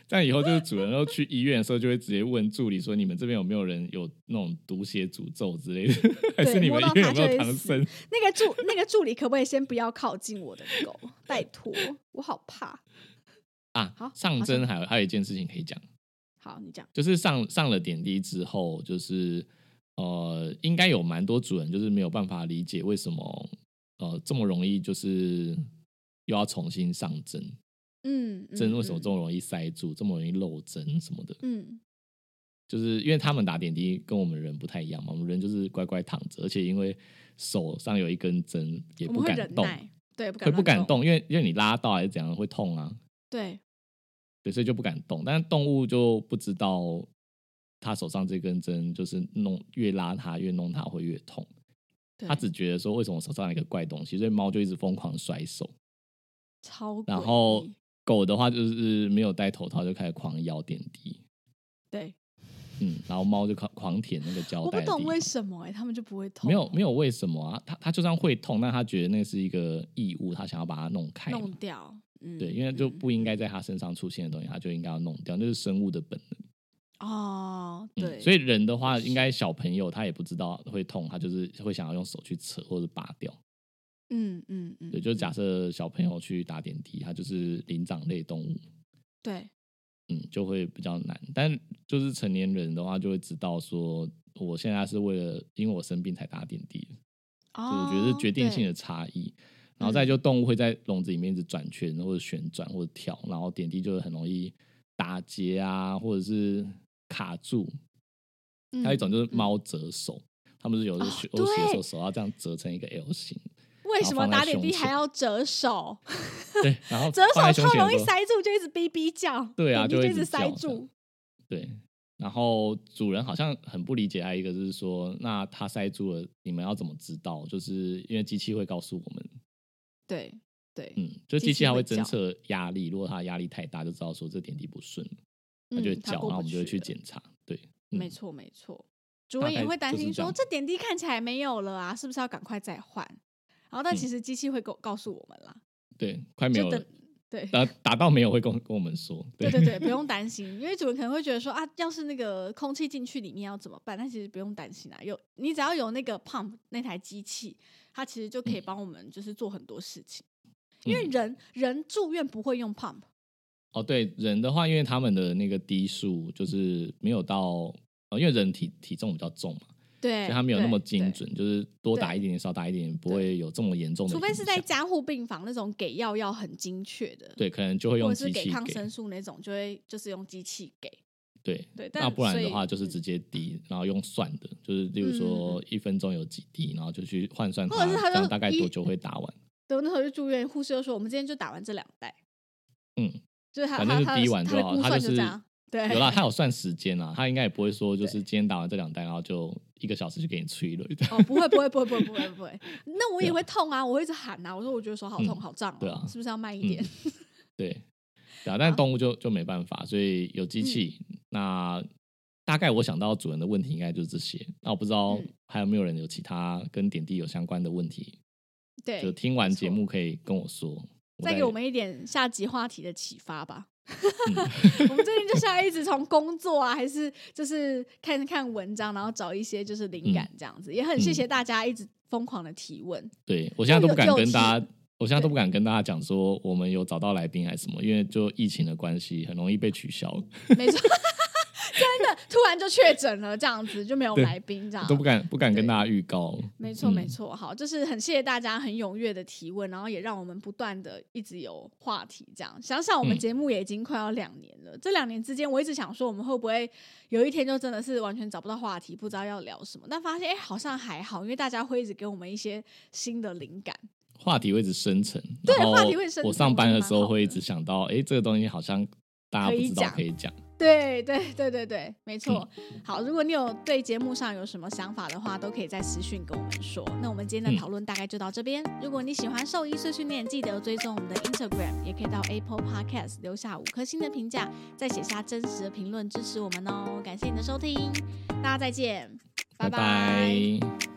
Speaker 2: 但以后就是主人要去医院的时候，就会直接问助理说：“你们这边有没有人有那种毒邪诅咒之类的？ 还是你们医院有没有唐僧
Speaker 1: 那个助那个助理可不可以先不要靠近我的狗？拜托，我好怕。好
Speaker 2: 啊？”上针还有还有一件事情可以讲，
Speaker 1: 好，你讲，
Speaker 2: 就是上上了点滴之后，就是呃，应该有蛮多主人就是没有办法理解为什么呃这么容易就是又要重新上针，
Speaker 1: 嗯，嗯
Speaker 2: 针为什么这？么容易塞住，这么容易漏针什么的。
Speaker 1: 嗯，
Speaker 2: 就是因为他们打点滴跟我们人不太一样嘛，我们人就是乖乖躺着，而且因为手上有一根针，也
Speaker 1: 嗯我
Speaker 2: 不
Speaker 1: 们会
Speaker 2: 敢
Speaker 1: 忍
Speaker 2: 动，
Speaker 1: 耐，对，不敢
Speaker 2: 会不
Speaker 1: 乱
Speaker 2: 敢，动，因为因为你拉到还是怎样会痛啊，
Speaker 1: 对，
Speaker 2: 对，所以就不敢动。但是动物就不知道，它手上这根针就是弄越拉它越弄它会越痛，
Speaker 1: 对
Speaker 2: 他只觉得说为什么我手上有一个怪东西，所以猫就一直疯狂甩手，
Speaker 1: 超诡异，
Speaker 2: 然后狗的话就是没有戴头套就开始狂咬点滴，
Speaker 1: 对，
Speaker 2: 嗯，然后猫就狂狂舔那个胶
Speaker 1: 我
Speaker 2: 带
Speaker 1: 不
Speaker 2: 的地方，
Speaker 1: 懂为什么哎、他们就不会痛，
Speaker 2: 没有没
Speaker 1: 有
Speaker 2: 有为什么啊，它它就算会痛，但它觉得那是一个异物，它想要把它弄开嘛，
Speaker 1: 弄掉，嗯，
Speaker 2: 对，因为就
Speaker 1: 嗯
Speaker 2: 不应该在它身上出现的东西，它就应该要弄掉，那是生物的本能。
Speaker 1: 哦，
Speaker 2: 嗯
Speaker 1: 对，
Speaker 2: 所以人的话，应该小朋友他也不知道会痛，他就是会想要用手去扯或者拔掉。
Speaker 1: 嗯嗯嗯，
Speaker 2: 对，就假
Speaker 1: 嗯
Speaker 2: 设小朋友去打点滴，他就是灵长类动物，
Speaker 1: 对
Speaker 2: 嗯，就会比较难。但就是成年人的话，就会知道说，我现在是为了因为我生病才打点滴，就
Speaker 1: 哦，
Speaker 2: 我觉得是决定性的
Speaker 1: 对嗯
Speaker 2: 差异。然后再就动物会在笼子里面一直转圈或者旋转或者跳，然后点滴就会很容易打结啊，或者是卡住。还有一种就是
Speaker 1: 嗯嗯
Speaker 2: 猫折手，它们是有的
Speaker 1: 哦
Speaker 2: 学欧习的时
Speaker 1: 对
Speaker 2: 候手要这样折成一个 L 型，
Speaker 1: 为什么
Speaker 2: 然后放在
Speaker 1: 打点滴
Speaker 2: 胸前
Speaker 1: 还要折手？
Speaker 2: 对， 然后
Speaker 1: 折
Speaker 2: 放在
Speaker 1: 手超
Speaker 2: 胸前的
Speaker 1: 容易
Speaker 2: 时候
Speaker 1: 塞住，就一直哔哔叫，
Speaker 2: 对啊
Speaker 1: 点
Speaker 2: 就
Speaker 1: 滴就一
Speaker 2: 会一
Speaker 1: 直
Speaker 2: 直叫
Speaker 1: 塞
Speaker 2: 这
Speaker 1: 住
Speaker 2: 样，对。然后主人好像很不理解，还有一个就是说，那它塞住了，你们要怎么知道？就是因为机器会告诉我们，
Speaker 1: 对对，
Speaker 2: 嗯，就
Speaker 1: 机
Speaker 2: 机
Speaker 1: 器
Speaker 2: 器它
Speaker 1: 会
Speaker 2: 会侦
Speaker 1: 叫
Speaker 2: 测压力，如果它的压力太大，就知道说这点滴不顺，它就会
Speaker 1: 嗯
Speaker 2: 叫，
Speaker 1: 它过
Speaker 2: 然后
Speaker 1: 不
Speaker 2: 我们就会
Speaker 1: 去
Speaker 2: 去
Speaker 1: 了
Speaker 2: 检查。对，嗯
Speaker 1: 没错没错，主
Speaker 2: 大
Speaker 1: 人也
Speaker 2: 概
Speaker 1: 会担
Speaker 2: 就是
Speaker 1: 心
Speaker 2: 这
Speaker 1: 说
Speaker 2: 样
Speaker 1: 这点滴看起来没有了啊，是不是要赶快再换？然后但
Speaker 2: 嗯
Speaker 1: 其实机器会告告诉我们啦，
Speaker 2: 对，快没有
Speaker 1: 就
Speaker 2: 了
Speaker 1: 等，对
Speaker 2: 打打到没有会跟我跟我们说。
Speaker 1: 对对对，不用担心，因为主人可能会觉得说啊，要是那个空气进去里面要怎么办？但其实不用担心啊，有你只要有那个 pump 那台机器，它其实就可以帮我们就是做很多事情。因为
Speaker 2: 嗯
Speaker 1: 人、人住院不会用 pump，
Speaker 2: 哦，对人的话，因为他们的那个低数就是没有到，呃、因为人体体重比较重嘛，
Speaker 1: 对，
Speaker 2: 所以他没有那
Speaker 1: 对
Speaker 2: 么精，
Speaker 1: 对
Speaker 2: 准，就是多打
Speaker 1: 对
Speaker 2: 一点点，少打一点点，不会有这么严重的
Speaker 1: 除
Speaker 2: 影响。
Speaker 1: 非是在加护病房那种给药要很精确的，，
Speaker 2: 对，可能就会
Speaker 1: 或
Speaker 2: 用
Speaker 1: 者是
Speaker 2: 机
Speaker 1: 给
Speaker 2: 器
Speaker 1: 抗
Speaker 2: 给，
Speaker 1: 生素那种，就会就是用机器给。
Speaker 2: 对。
Speaker 1: 对，但
Speaker 2: 那不然
Speaker 1: 所
Speaker 2: 的
Speaker 1: 以嗯
Speaker 2: 话，就是直接滴，然后用算的，就是例如说一分钟有几滴，然后就去换算
Speaker 1: 或
Speaker 2: 它，
Speaker 1: 者是他
Speaker 2: 这样
Speaker 1: 就
Speaker 2: 大概
Speaker 1: 一
Speaker 2: 多久会打完？
Speaker 1: 对，我那时候就住院，护士就说我们今天就打完这两袋，
Speaker 2: 嗯，
Speaker 1: 就是他
Speaker 2: 反
Speaker 1: 他
Speaker 2: 正
Speaker 1: 他
Speaker 2: 就
Speaker 1: 的
Speaker 2: 滴完
Speaker 1: 他
Speaker 2: 就
Speaker 1: 的
Speaker 2: 好，
Speaker 1: 估
Speaker 2: 他
Speaker 1: 算
Speaker 2: 是
Speaker 1: 这样，对，
Speaker 2: 有啦，他有算时间啦，他应该也不会说就是今天打完这两袋，然后就一个小时就给你催了，
Speaker 1: 哦，不会，不会，不会，不会，不会，不会。那我
Speaker 2: 对
Speaker 1: 也
Speaker 2: 啊
Speaker 1: 会痛啊，我会一直喊啊，我说我觉得手好痛，
Speaker 2: 嗯
Speaker 1: 好胀哦
Speaker 2: 对啊
Speaker 1: 是不是要慢一
Speaker 2: 嗯
Speaker 1: 点？
Speaker 2: 对，对啊，但动物就就没办法，所以有机器。
Speaker 1: 嗯
Speaker 2: 那大概我想到主人的问题应该就是这些。那我不知道
Speaker 1: 嗯
Speaker 2: 还有没有人有其他跟点滴有相关的问题，就
Speaker 1: 对，
Speaker 2: 听完
Speaker 1: 没
Speaker 2: 节
Speaker 1: 错
Speaker 2: 目可以跟我说。
Speaker 1: 再给我们一点下集话题的启发吧。
Speaker 2: 嗯
Speaker 1: 我们最近就是要一直从工作啊，还是就是看看文章，然后找一些就是
Speaker 2: 嗯
Speaker 1: 灵感这样子，也很谢谢大家一直疯狂的提问。
Speaker 2: 对我现在都不敢
Speaker 1: 就有
Speaker 2: 跟大
Speaker 1: 就
Speaker 2: 家，我现在都不敢跟大家讲说我们有找到来宾还是什么，因为就疫情的关系，很容易被取消，
Speaker 1: 没错，真的突然就确诊了，这样子就没有
Speaker 2: 对
Speaker 1: 来宾这样
Speaker 2: 都。不敢不敢跟
Speaker 1: 对
Speaker 2: 大家预告。
Speaker 1: 没错，
Speaker 2: 嗯
Speaker 1: 没错，好，就是很谢谢大家很踊跃的提问，然后也让我们不断的一直有话题。这样想想，我们
Speaker 2: 嗯
Speaker 1: 节目也已经快要两年了，这两年之间，我一直想说，我们会不会有一天就真的是完全找不到话题，不知道要聊什么？但发现，哎、好像还好，因为大家会一直给我们一些新的灵感。
Speaker 2: 话题会一直生成，
Speaker 1: 对
Speaker 2: 然后
Speaker 1: 话题会生成
Speaker 2: 我上班的时候
Speaker 1: 我觉得蛮好的
Speaker 2: 会一直想到，哎，这个东西好像大家不知道可以讲。
Speaker 1: 对对对对对，没错。好，如果你有对节目上有什么想法的话，都可以在私讯跟我们说。那我们今天
Speaker 2: 嗯
Speaker 1: 的讨论大概就到这边。如果你喜欢兽医碎碎念，记得追踪我们的 Instagram，也可以到 Apple Podcast 留下五颗星的评价，再写下真实的评论支持我们哦。感谢你的收听，大家再见，拜
Speaker 2: 拜拜